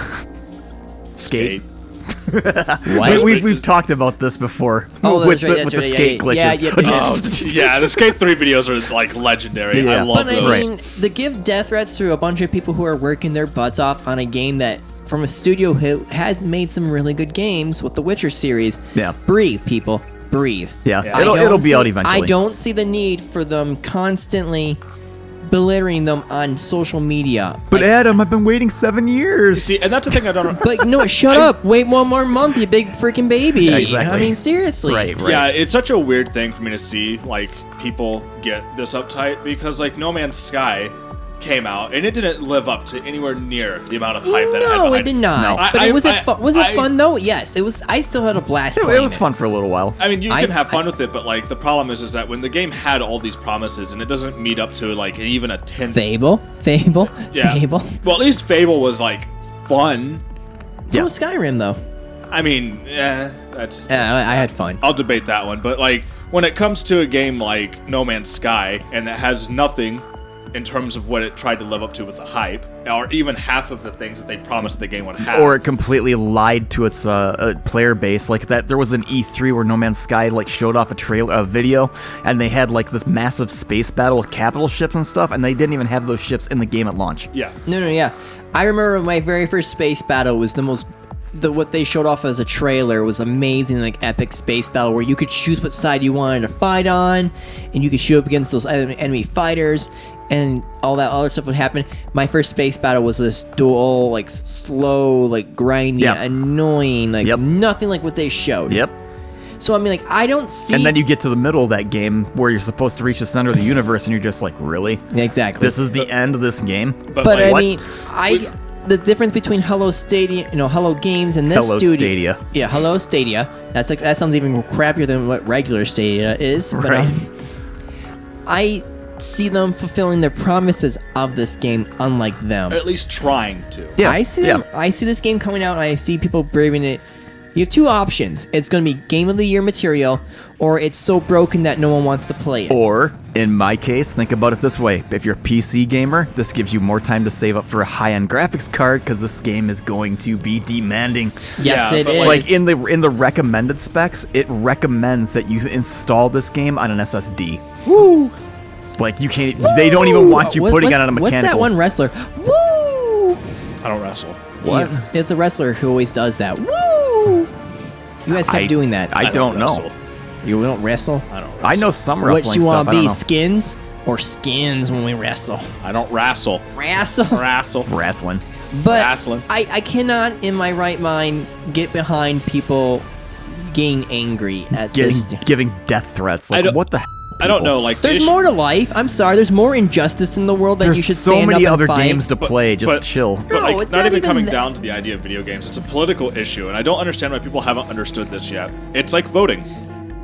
S2: skate.
S3: Skate.
S1: What?
S2: We, we, we've talked about this before
S1: Oh, that's
S2: with
S1: right,
S2: the,
S1: that's
S2: with the
S1: right,
S2: skate
S1: yeah,
S2: glitches.
S1: yeah,
S3: Oh, yeah, the Skate 3 videos are like legendary. I
S2: Yeah.
S3: love
S1: But I
S3: those.
S1: mean, the give death threats through a bunch of people who are working their butts off on a game that, from a studio who has made some really good games with the Witcher series.
S2: Yeah.
S1: Breathe, people. Breathe.
S2: Yeah,
S1: I
S2: it'll
S1: don't
S2: it'll be
S1: see-
S2: out eventually.
S1: I don't see the need for them constantly belittling them on social media.
S2: But
S1: Like,
S2: Adam, I've been waiting seven years.
S3: See, and that's the thing I don't.
S1: like no, shut up. Wait one more month, you big freaking baby. I
S2: Exactly.
S1: mean, seriously.
S2: Right, right.
S3: Yeah, it's such a weird thing for me to see like people get this uptight because like No Man's Sky came out and it didn't live up to anywhere near the amount of hype that it had.
S1: No, it
S3: behind
S1: did not.
S3: I-
S1: But
S3: I-
S1: it was
S3: I-
S1: it fun? Was it
S3: I-
S1: fun though? Yes, it was. I still had a blast.
S2: It, it
S1: playing
S2: was fun for a little while.
S3: I mean, you
S1: I-
S3: can have fun
S1: I-
S3: with it, but like the problem is, is that when the game had all these promises and it doesn't meet up to like even a tenth.
S1: Fable, Fable,
S3: yeah.
S1: Fable.
S3: Well, at least Fable was like fun.
S1: So was Skyrim though.
S3: I mean, eh, that's
S1: Uh, I I had fun.
S3: I'll debate that one. But like when it comes to a game like No Man's Sky and that has nothing in terms of what it tried to live up to with the hype, or even half of the things that they promised the game would have.
S2: Or it completely lied to its uh, uh, player base. Like that, there was an E3 where No Man's Sky like showed off a trailer, a video, and they had like this massive space battle of capital ships and stuff, and they didn't even have those ships in the game at launch.
S3: yeah.
S1: No, no, yeah. I remember my very first space battle was the most. The, what they showed off as a trailer was amazing, like epic space battle where you could choose what side you wanted to fight on, and you could shoot up against those en- enemy fighters, and all that other stuff would happen. My first space battle was this dual, like slow, like grindy,
S2: Yeah.
S1: annoying, like
S2: Yep.
S1: nothing like what they showed.
S2: Yep.
S1: So I mean, like I don't see.
S2: And then you get to the middle of that game where you're supposed to reach the center of the universe, and you're just like, really?
S1: exactly.
S2: This is the end of this game?
S3: But,
S1: But
S3: like,
S1: I
S2: what?
S1: mean, I the difference between Hello Stadia, you know, Hello Games and this
S2: Hello
S1: studio.
S2: Stadia.
S1: Yeah, Hello Stadia. That's like that sounds even crappier than what regular Stadia is. But
S2: Right.
S1: um, I see them fulfilling their promises of this game, unlike them.
S3: at least trying to.
S2: Uh, Yeah,
S1: I see
S2: yeah.
S1: them. I see this game coming out, and I see people braving it. You have two options. It's going to be game of the year material, or it's so broken that no one wants to play it.
S2: Or, in my case, think about it this way if you're a PC gamer, this gives you more time to save up for a high end graphics card because this game is going to be demanding.
S1: yes,
S3: yeah,
S1: it
S3: but,
S1: is.
S3: like,
S2: Like in the in the recommended specs, it recommends that you install this game on an SSD. Woo! Like you can't. They don't even want you
S1: What-
S2: putting it
S1: what's-
S2: on a mechanical.
S1: What's that one wrestler? Woo!
S3: I don't wrestle.
S2: What?
S1: Yeah, it's a wrestler who always does that. Woo! You guys kept
S2: I-
S1: doing that.
S2: I, don't, know.
S3: wrestle.
S1: you don't wrestle.
S3: I don't. Wrestle.
S2: I know some
S1: What
S2: wrestling
S1: you
S2: stuff.
S1: want
S2: I
S1: to be,
S2: don't know.
S1: skins or skins when we wrestle?
S3: I don't wrestle.
S1: Wrestle,
S3: Wrestle.
S2: Wrestling.
S1: but
S3: wrestling.
S1: I, I cannot, in my right mind, get behind people getting angry at
S2: Getting,
S1: this.
S2: giving death threats. Like
S3: don't-
S2: what the? Hell,
S3: I don't know.
S2: people?
S3: Like the
S1: There's
S3: issue-
S1: more to life. I'm sorry. There's more injustice in the world that
S2: There's
S1: you should
S2: so
S1: stand
S2: many
S1: up and
S2: other
S1: fight.
S2: games to play. Just
S3: but-
S2: chill.
S3: But
S1: No,
S3: like,
S1: it's
S3: not,
S1: not
S3: even
S1: even
S3: coming
S1: that-
S3: down to the idea of video games. It's a political issue, and I don't understand why people haven't understood this yet. It's like voting.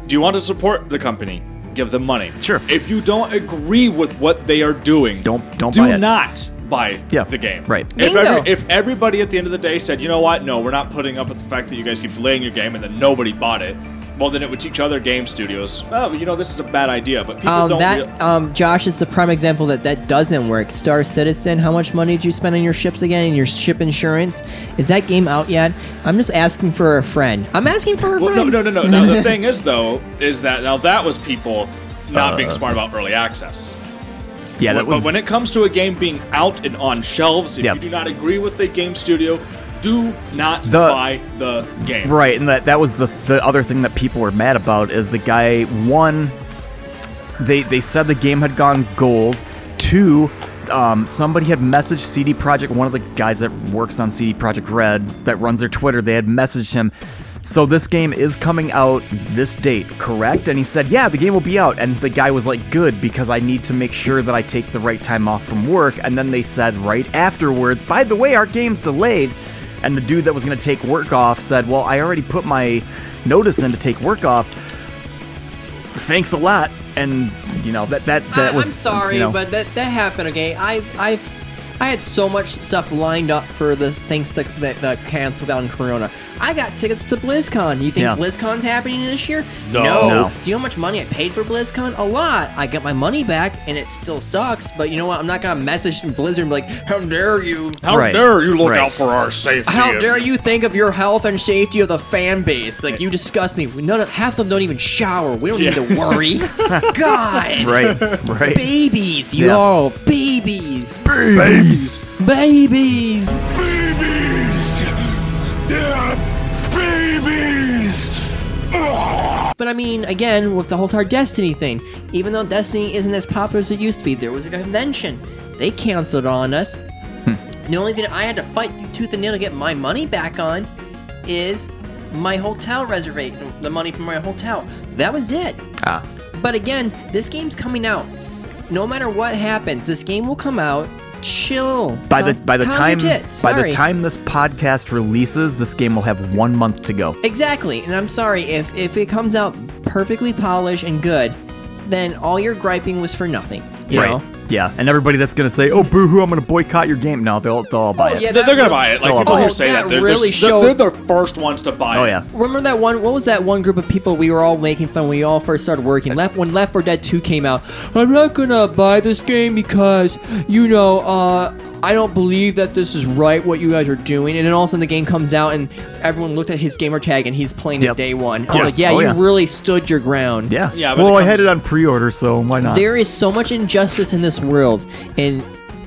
S3: Do you want to support the company? Give them money.
S2: Sure.
S3: If you don't agree with what they are doing,
S2: Don't- don't
S3: do
S2: buy it.
S3: not buy
S2: Yeah,
S3: the game.
S2: right.
S3: If,
S1: Bingo.
S3: every, if everybody at the end of the day said, you know what, no, we're not putting up with the fact that you guys keep delaying your game, and then nobody bought it. Well, then it would teach other game studios, oh, you know, this is a bad idea, but people
S1: Um,
S3: don't.
S1: that
S3: rea-
S1: um, Josh is the prime example that that doesn't work. Star Citizen, how much money did you spend on your ships again and your ship insurance? Is that game out yet? I'm just asking for a friend. I'm asking for a
S3: Well, no,
S1: friend.
S3: no, no, no. Now the thing is, though, is that now that was people not being smart about early access.
S2: yeah, Uh. that
S3: but,
S2: was.
S3: but when it comes to a game being out and on shelves, if
S2: Yeah.
S3: you do not agree with the game studio, do not
S2: The-
S3: buy the game.
S2: Right, and that that was the the other thing that people were mad about is the guy one. They they said the game had gone gold. Two, um, somebody had messaged CD Project, one of the guys that works on CD Project Red that runs their Twitter. They had messaged him. So this game is coming out this date, correct? And he said, "Yeah, the game will be out." And the guy was like, "Good, because I need to make sure that I take the right time off from work." And then they said right afterwards, "By the way, our game's delayed." And the dude that was going to take work off said, Well, I already put my notice in to take work off. Thanks a lot. And, you know, that that, that
S1: I,
S2: was.
S1: am sorry,
S2: you know,
S1: but that that happened. Okay, I I've I had so much stuff lined up for the things that that, that canceled out in Corona. I got tickets to BlizzCon. You think
S2: Yeah.
S1: BlizzCon's happening this year?
S3: No.
S2: No.
S1: Do you know how much money I paid for BlizzCon? A lot. I got my money back, and it still sucks. But you know what? I'm not gonna message Blizzard and be like, "How dare you?
S3: How
S2: Right.
S3: dare you look
S2: Right.
S3: out for our safety?
S1: How dare you think of your health and safety of the fan base? Like you disgust me. We- None of half of them don't even shower. We don't need to worry. God,
S2: Right, right.
S1: babies,
S2: Yeah.
S1: y'all, babies,
S2: Babies.
S1: babies.
S4: Babies! They're babies!
S1: But I mean, again, with the whole entire Destiny thing, even though Destiny isn't as popular as it used to be, there was a convention. They canceled on us.
S2: Hmm.
S1: The only thing I had to fight tooth and nail to get my money back on is my hotel reservation, the money from my hotel. That was it.
S2: Ah.
S1: But again, this game's coming out. S- No matter what happens, this game will come out. Chill.
S2: By the
S1: Calm-
S2: by the
S1: calm
S2: time
S1: your tits.
S2: by the
S1: Sorry.
S2: time this podcast releases, this game will have one month to go.
S1: Exactly, and I'm sorry if if it comes out perfectly polished and good, then all your griping was for nothing. You know.
S2: Yeah, and everybody that's gonna say, "Oh, boo-hoo, I'm gonna boycott your game," no, they'll, they'll all buy it.
S1: Oh, yeah,
S3: They're,
S1: that
S3: they're
S1: would-
S3: gonna buy it. Like
S2: Oh,
S3: people who say
S1: that
S3: that, they're,
S1: really
S3: just, they're-
S1: showed-
S3: they're the first ones to buy
S2: Oh
S3: it.
S2: yeah,
S1: Remember that one? What was that one group of people we were all making fun? when We all first started working. Left when Left 4 Dead 2 came out. I'm not gonna buy this game because you know uh, I don't believe that this is right what you guys are doing. And then all of a sudden the game comes out and everyone looked at his gamer tag and he's playing
S2: Yep.
S1: it day one. I
S2: Yes.
S1: was like, yeah,
S2: Oh,
S1: you
S2: yeah.
S1: really stood your ground.
S2: yeah.
S3: Yeah, but
S2: Well,
S3: it
S2: I had
S3: comes-
S2: it on pre-order, so why not?
S1: There is so much injustice in this world, and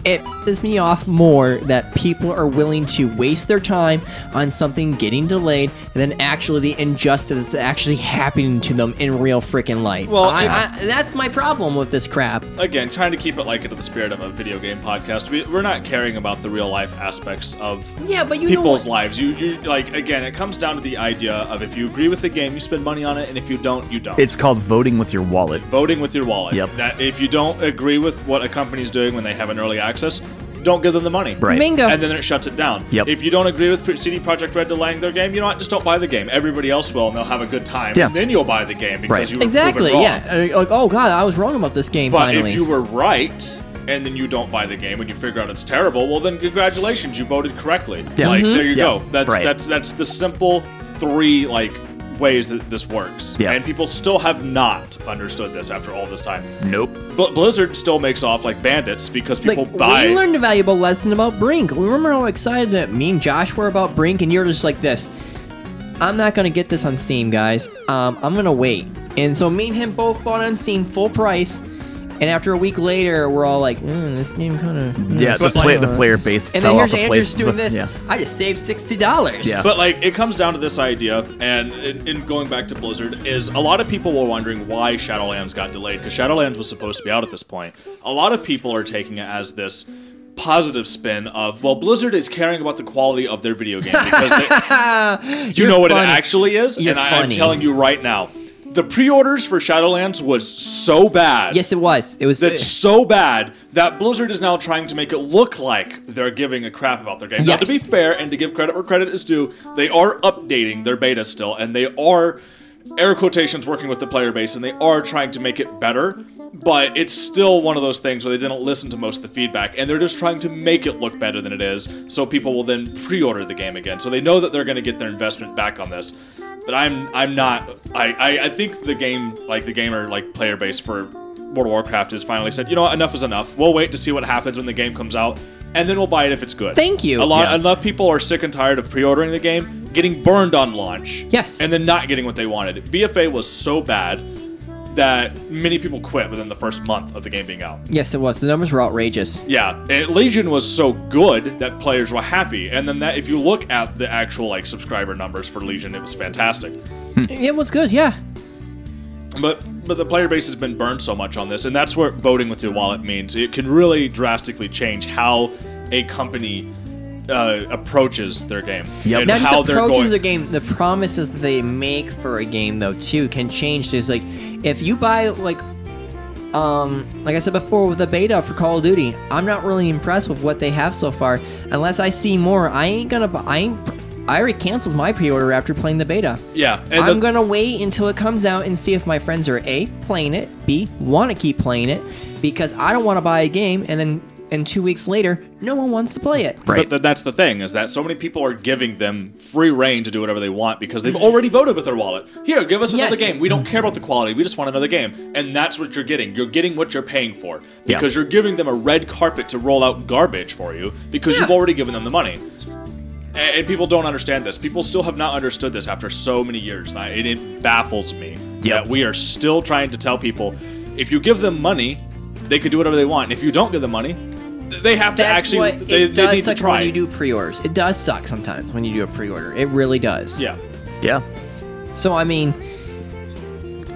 S1: it pisses me off more that people are willing to waste their time on something getting delayed and then actually the injustice that's actually happening to them in real freaking life.
S3: Well,
S1: I,
S3: yeah.
S1: I, that's my problem with this crap.
S3: again, trying to keep it like into the spirit of a video game podcast. We, we're not caring about the real life aspects of
S1: Yeah, but you know
S3: people's
S1: what-
S3: lives. You, you like again, it comes down to the idea of if you agree with the game, you spend money on it, and if you don't, you don't.
S2: It's called voting with your wallet.
S3: voting with your wallet.
S2: Yep.
S3: That if you don't agree with what a company's doing when they have an early access, don't give them the money.
S2: Right.
S1: Mingo.
S3: And then it shuts it down.
S2: Yep.
S3: If you don't agree with CD Projekt Red delaying their game, you know what? Just don't buy the game. Everybody else will, and they'll have a good time.
S2: Yeah.
S3: And then you'll buy the game because
S2: Right.
S3: you were
S1: exactly,
S3: proven wrong.
S1: yeah. Uh, Like, oh god, I was wrong about this game
S3: But
S1: finally.
S3: if you were right, and then you don't buy the game, and you figure out it's terrible, well, then congratulations, you voted correctly.
S2: Yeah. Mm-hmm.
S3: Like there you
S2: Yeah,
S3: go. That's
S2: right.
S3: that's that's the simple three like ways that this works.
S2: Yeah.
S3: And people still have not understood this after all this time.
S2: Nope.
S3: But Blizzard still makes off like bandits because people
S1: like,
S3: buy.
S1: We learned a valuable lesson about Brink. We remember how excited that me and Josh were about Brink, and you're just like this. I'm not gonna get this on Steam, guys. Um, I'm gonna wait. And so me and him both bought on Steam full price. And after a week later, we're all like, mm, "This game kind of."
S2: Yeah, the,
S3: But, like,
S2: play, the player base
S1: uh, And
S2: fell
S1: then here's
S2: off a
S1: Andrews
S2: place.
S1: doing this.
S2: Yeah.
S1: I just saved sixty dollars.
S2: Yeah.
S3: But like, it comes down to this idea, and in, in going back to Blizzard, is a lot of people were wondering why Shadowlands got delayed because Shadowlands was supposed to be out at this point. A lot of people are taking it as this positive spin of well, Blizzard is caring about the quality of their video game because they, you
S1: You're
S3: know what
S1: funny.
S3: it actually is,
S1: You're
S3: and I, I'm
S1: funny.
S3: telling you right now, the pre-orders for Shadowlands was so bad.
S1: Yes, it was. It was.
S3: That's so bad that Blizzard is now trying to make it look like they're giving a crap about their game. Now, to be
S1: Yes.
S3: fair and to give credit where credit is due, they are updating their beta still, and they are air quotations working with the player base, and they are trying to make it better. But it's still one of those things where they didn't listen to most of the feedback, and they're just trying to make it look better than it is, so people will then pre-order the game again. So they know that they're going to get their investment back on this. But I'm I'm not I, I I think the game like the gamer like player base for World of Warcraft has finally said, you know what, enough is enough. We'll wait to see what happens when the game comes out, and then we'll buy it if it's good.
S1: Thank you.
S3: A lot
S2: Yeah.
S3: enough people are sick and tired of pre-ordering the game, getting burned on launch.
S1: Yes.
S3: And then not getting what they wanted. VFA was so bad that many people quit within the first month of the game being out.
S1: yes, it was. The numbers were outrageous.
S3: Yeah, and Legion was so good that players were happy, and then that if you look at the actual like subscriber numbers for Legion, it was fantastic.
S1: It was good. Yeah.
S3: But but the player base has been burned so much on this, and that's what voting with your wallet means. It can really drastically change how a company uh, approaches their game and
S1: Not
S3: how
S1: just
S3: they're
S1: approaches
S3: going.
S1: a game, the promises that they make for a game though too can change. There's like if you buy like um like I said before with the beta for Call of Duty, I'm not really impressed with what they have so far. Unless I see more, I ain't gonna bu- I ain't I already canceled my pre-order after playing the beta.
S3: yeah, and
S1: I'm
S3: the-
S1: gonna wait until it comes out and see if my friends are a playing it, b want to keep playing it because I don't want to buy a game and then and two weeks later no one wants to play it.
S2: Right.
S3: But th- that's the thing is that so many people are giving them free reign to do whatever they want because they've already voted with their wallet. Here, give us another
S1: Yes.
S3: game. We don't care about the quality. We just want another game, and that's what you're getting. You're getting what you're paying for
S2: Yeah.
S3: because you're giving them a red carpet to roll out garbage for you because you've
S1: Yeah.
S3: already given them the money. A- And people don't understand this. People still have not understood this after so many years, and I- it, it baffles me
S2: Yep.
S3: that we are still trying to tell people if you give them money, they could do whatever they want. And if you don't give them money, th- they have to
S1: That's
S3: actually
S1: what
S3: they,
S1: it
S3: they
S1: does
S3: need
S1: suck
S3: to try.
S1: when you do pre-orders. It does suck sometimes when you do a pre-order. It really does.
S3: Yeah.
S2: Yeah.
S1: So I mean,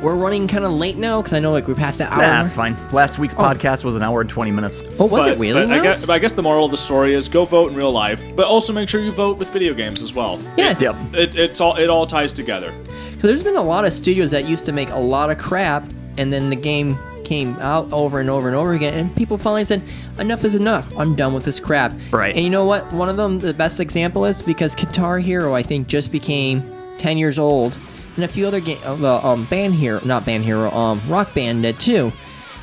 S1: We're running kind of late now because I know like we passed that hour.
S2: Nah, that's fine. Last week's podcast was an hour and 20 minutes.
S1: Oh, was
S3: but,
S1: it really?
S3: but I,
S1: Miles?
S3: guess, but I guess the moral of the story is go vote in real life, but also make sure you vote with video games as well.
S1: Yes.
S2: Yep.
S3: It, it's all it all ties together.
S1: So there's been a lot of studios that used to make a lot of crap, and then the game came out over and over and over again, and people finally said, "Enough is enough. I'm done with this crap."
S2: Right.
S1: And you know what? One of them, the best example is because Guitar Hero, I think, just became 10 years old, and a few other game, uh, well, um, Band Hero, not Band Hero, um, Rock Band did too.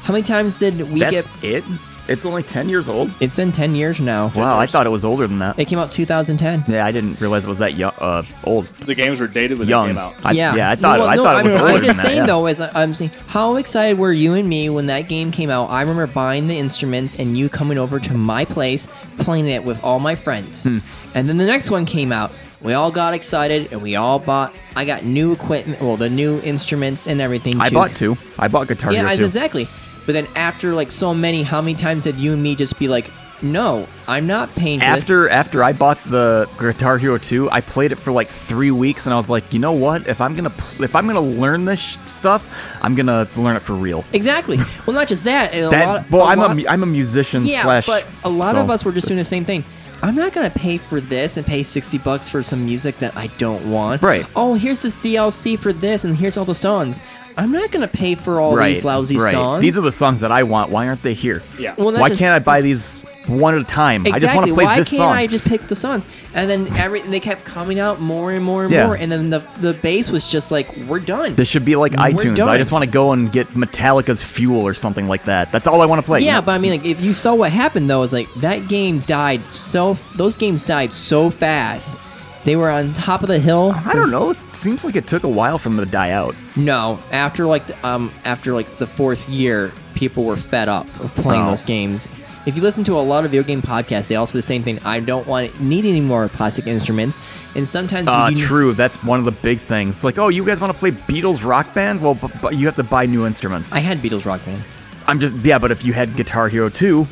S1: How many times did we
S2: That's
S1: get?
S2: it? It's only 10 years old?
S1: It's been 10 years now.
S2: Wow, I thought it was older than that.
S1: It came out 2010.
S2: Yeah, I didn't realize it was that young, uh, old.
S3: The games were dated when
S2: Young.
S3: they came out.
S2: I, yeah. I thought,
S1: Well,
S2: I
S1: no,
S2: thought it
S1: I'm,
S2: was
S1: I'm
S2: older
S1: just
S2: than
S1: saying
S2: that. yeah.
S1: though, as I, I'm saying, how excited were you and me when that game came out? I remember buying the instruments and you coming over to my place, playing it with all my friends.
S2: Hmm.
S1: And then the next one came out. We all got excited and we all bought. I got new equipment, well, the new instruments and everything.
S2: I
S1: too.
S2: bought two. I bought Guitar
S1: Yeah,
S2: Hero
S1: I-
S2: 2.
S1: exactly. But then after like so many, how many times did you and me just be like, "No, I'm not paying for this."
S2: after after I bought the Guitar Hero 2, I played it for like three weeks, and I was like, you know what? If I'm gonna pl- if I'm gonna learn this sh- stuff, I'm gonna learn it for real.
S1: Exactly. Well, not just that. A
S2: That
S1: lot,
S2: well,
S1: a
S2: I'm
S1: lot,
S2: a mu- I'm a musician
S1: Yeah,
S2: slash.
S1: but a lot of
S2: so
S1: us were just doing the
S2: it's-
S1: same thing. I'm not gonna pay for this and pay sixty bucks for some music that I don't want.
S2: Right.
S1: Oh, here's this DLC for this, and here's all the songs. I'm not gonna pay for all
S2: Right,
S1: these lousy
S2: right.
S1: songs.
S2: These are the songs that I want. Why aren't they here?
S3: Yeah.
S1: Well, not
S2: Why
S1: just-
S2: can't I buy these one at a time? I
S1: exactly.
S2: just want to play
S1: Why
S2: this
S1: can't
S2: song.
S1: I just pick the songs? And then every they kept coming out more and more and
S2: Yeah.
S1: more, and then the the bass was just like, we're done.
S2: This should be like iTunes. I
S1: done.
S2: just want to go and get Metallica's Fuel or something like that. That's all I want to play.
S1: yeah, but I mean, like, if you saw what happened though, it's like that game died so. Those games died so fast. They were on top of the hill.
S2: I don't know. It seems like it took a while for them to die out.
S1: No, after like the, um after like the fourth year, people were fed up of playing
S2: Oh.
S1: those games. If you listen to a lot of video game podcasts, they all say the same thing. I don't want need any more plastic instruments. And sometimes
S2: Ah,
S1: you,
S2: true. That's one of the big things. It's like, oh, you guys want to play Beatles Rock Band? Well, b- b- you have to buy new instruments.
S1: I
S2: I,
S1: had Beatles Rock Band.
S2: am just, yeah, but if you had Guitar Hero 2,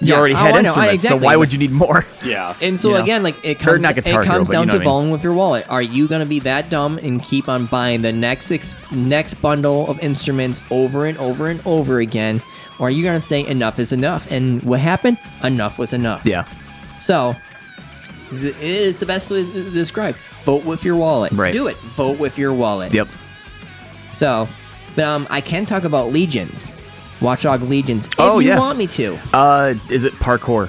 S2: you
S1: Yeah,
S2: already
S1: oh,
S2: had
S1: I know, I-
S2: instruments,
S1: exactly,
S2: so why
S1: but-
S2: would you need more?
S3: Yeah.
S1: And so
S2: Yeah.
S1: again, like it
S2: Or
S1: comes,
S2: not
S1: it
S2: Guitar Hero,
S1: comes
S2: but you
S1: down
S2: know
S1: to
S2: what I mean.
S1: balling with your wallet. Are you gonna be that dumb and keep on buying the next ex- next bundle of instruments over and over and over again, or are you gonna say enough is enough? And what happened? Enough was enough.
S2: Yeah,
S1: So, th- it is the best way to describe. Vote with your wallet.
S2: Right.
S1: Do it. Vote with your wallet.
S2: yep.
S1: So, but um, I can talk about legions, Watchdog legions. If
S2: Oh,
S1: you
S2: yeah.
S1: want me to.
S2: Uh, is it parkour?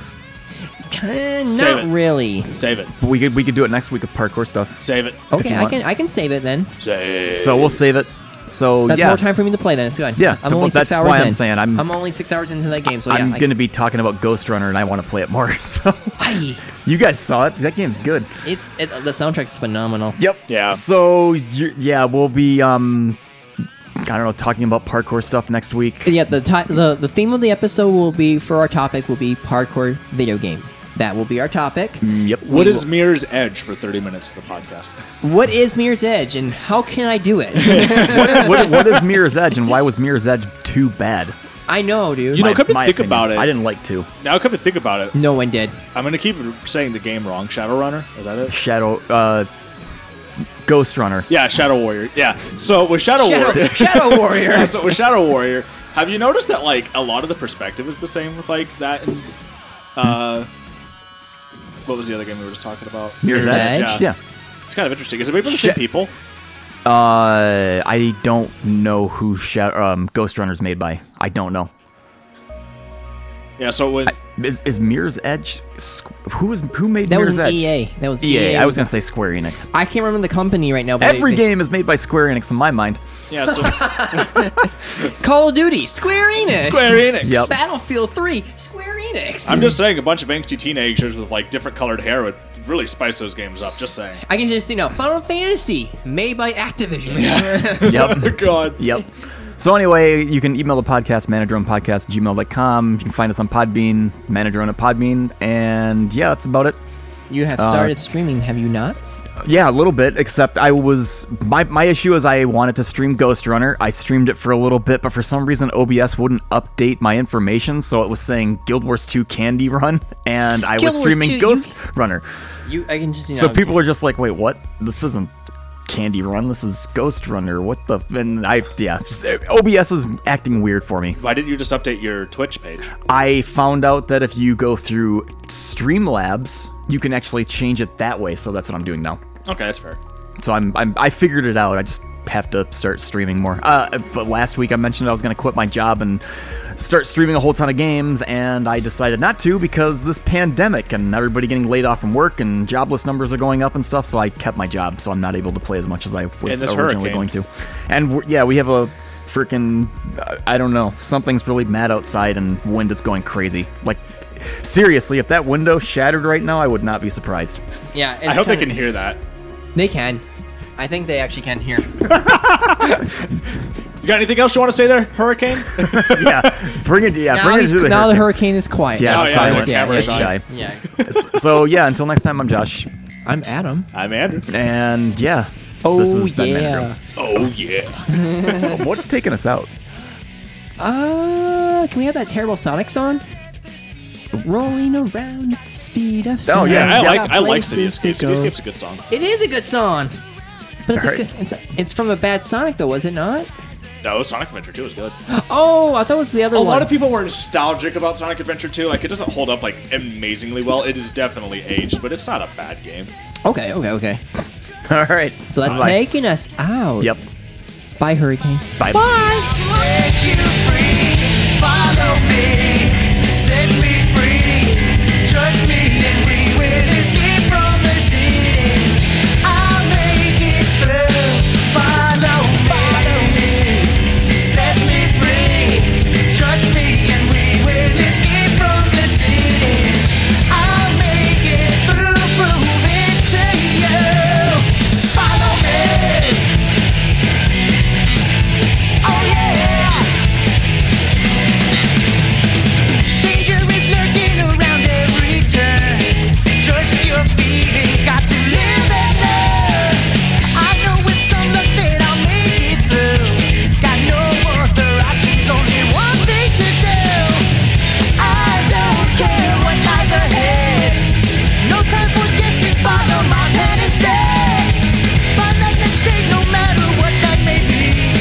S1: Kinda
S3: Save
S1: not
S3: it.
S1: really.
S3: Save it.
S2: We could we could do it next week of parkour stuff.
S3: Save it.
S1: Okay,
S2: you
S1: I
S2: want.
S1: can I can save it then.
S3: Save.
S2: Oh. So we'll save it. So
S1: That's
S2: yeah,
S1: more time for me to play then. It's good.
S2: Yeah,
S1: I'm
S2: th-
S1: only six
S2: that's
S1: hours
S2: why I'm
S1: in.
S2: saying I'm-
S1: only six hours into that game, so yeah.
S2: I'm
S1: I-
S2: gonna be talking about Ghost Runner, and I want to play it more. So
S1: Hi.
S2: you guys saw it. That game's good.
S1: It's it, the soundtrack's phenomenal.
S2: Yep.
S3: Yeah.
S2: So you yeah, we'll be um, I don't know, talking about parkour stuff next week.
S1: Yeah, the, ti- the the theme of the episode will be for our topic will be parkour video games. That will be our topic.
S2: Yep.
S3: What is Mirror's Edge for 30 minutes of the podcast?
S1: What is Mirror's Edge and how can I do it?
S2: what, what is Mirror's Edge and why was Mirror's Edge too bad?
S1: I know, dude.
S3: You know, come to think about it.
S2: I didn't like to.
S3: Now come to think about it.
S1: no one did.
S3: I'm going to keep saying the game wrong. Shadowrunner? Is that it?
S2: Shadow, uh, Ghost Runner.
S3: Yeah, Shadow Warrior. Yeah. So with Shadow,
S1: Shadow,
S3: Warrior.
S1: Shadow Warrior.
S3: so with Shadow Warrior, have you noticed that like a lot of the perspective is the same with like that and uh what was the other game we were just talking about?
S1: Mirror's Edge?
S2: Yeah.
S3: It's kind of interesting. Is it made by the
S2: Sha-
S3: same people?
S2: Uh, I don't know who Shadow, um, Ghost Runner's made by. I don't know.
S3: Yeah, so when
S2: Is, is Mirror's Edge? Squ- Who is who made
S1: That
S2: Mirror's
S1: was an E
S2: Edge?
S1: EA. That was
S2: EA.
S1: EA.
S2: I was gonna say Square Enix.
S1: I can't remember the company right now. But
S2: Every
S1: they-
S2: game is made by Square Enix in my mind.
S3: yeah, so
S1: Call of Duty. Square Enix.
S3: Square Enix.
S2: Yep.
S1: Battlefield 3. Square Enix.
S3: I'm just saying a bunch of angsty teenagers with like different colored hair would really spice those games up, just saying.
S1: I can just see now. Final Fantasy made by Activision.
S2: Yep.
S3: God.
S2: Yep. So anyway, you can email the podcast, manadronepodcast, gmail.com. You can find us on Podbean, manadrone at Podbean. And yeah, that's about it.
S1: you have started streaming, have you not?
S2: Yeah, a little bit, except I was my my issue is I wanted to stream Ghost Runner. I streamed it for a little bit, but for some reason OBS wouldn't update my information, so it was saying Guild Wars 2 Candy Run, and I
S1: Guild
S2: was
S1: Wars
S2: streaming
S1: 2, you-
S2: Ghost Runner.
S1: You, I can just see now.
S2: So people are just like, wait, what? This isn't Candy Run. This is Ghost Runner. What the? And I yeah, OBS is acting weird for me.
S3: Why didn't you just update your Twitch page?
S2: I found out that if you go through Streamlabs, you can actually change it that way. So that's what I'm doing now.
S3: Okay, that's fair.
S2: So I'm, I'm I figured it out. I just have to start streaming more. Uh, but last week I mentioned I was going to quit my job and start streaming a whole ton of games, and I decided not to because this pandemic and everybody getting laid off from work and jobless numbers are going up and stuff. So I kept my job, so I'm not able to play as much as I was
S3: And this
S2: originally
S3: hurricane.
S2: going to. And we're, yeah, we have a freaking I don't know something's really mad outside and wind is going crazy. Like seriously, if that window shattered right now, I would not be surprised.
S1: Yeah, it's
S3: I hope they
S1: kinda-
S3: can hear that.
S1: They can. I think they actually can hear.
S3: You got anything else you want to say there, Hurricane?
S2: yeah, bring it. Yeah,
S1: now
S2: bring it
S1: he's-
S2: to the
S1: now the
S2: hurricane.
S1: hurricane is quiet.
S2: Yeah,
S3: Oh,
S2: it's
S3: yeah,
S2: silent.
S3: yeah,
S2: it's
S3: yeah.
S2: shy.
S1: Yeah.
S2: so yeah, until next time, I'm Josh,
S1: I'm Adam.
S3: I'm Andrew.
S2: and yeah,
S1: Oh
S2: this has been
S1: yeah.
S2: Mandarin.
S3: Oh yeah.
S2: What's taking us out?
S1: Uh, can we have that terrible Sonic song? Rolling around at the speed of sound.
S2: Oh, yeah,
S3: I
S2: yeah.
S3: like I like City
S1: Places to
S3: Escape. City
S1: go.
S3: Escape's a good song.
S1: It is a good song, but it's, a
S2: Alright.
S1: good, it's, a- it's from a bad Sonic though, was it not?
S3: No, Sonic Adventure 2 is good.
S1: Oh, I thought it was the other
S3: A
S1: one.
S3: lot of people were nostalgic about Sonic Adventure 2. Like it doesn't hold up like amazingly well. It is definitely aged, but it's not a bad game.
S1: Okay, okay, okay.
S2: All right.
S1: So that's
S2: Bye.
S1: taking us out.
S2: Yep.
S1: Bye, Hurricane.
S2: Bye.
S8: Set you free, follow me, set me free. Trust me and we will escape from the city. I'll make it through. Follow me, set me free. Trust me and we will escape from the city. I'll make it through, prove it to you. Follow me. Oh yeah! Danger is lurking around every turn. Trust your feeling, got to live and learn. I know with some luck that I'll make it through. Got no other options, only one thing to do. I don't care what lies ahead. No time for guessing, follow my plan instead. Find that next day, no matter what that may be.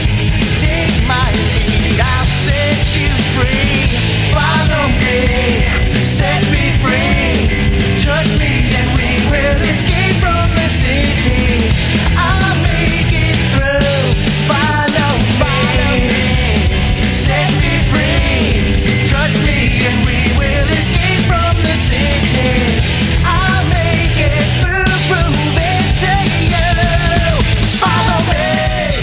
S8: Take my lead, I'll set you free. Follow me, set me free. Trust me, and we will escape from the city. I'll make it through. Follow me, set me free. Trust me, and we will escape from the city. I'll make it through, prove it to you. Follow me.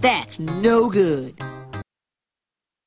S9: That's no good.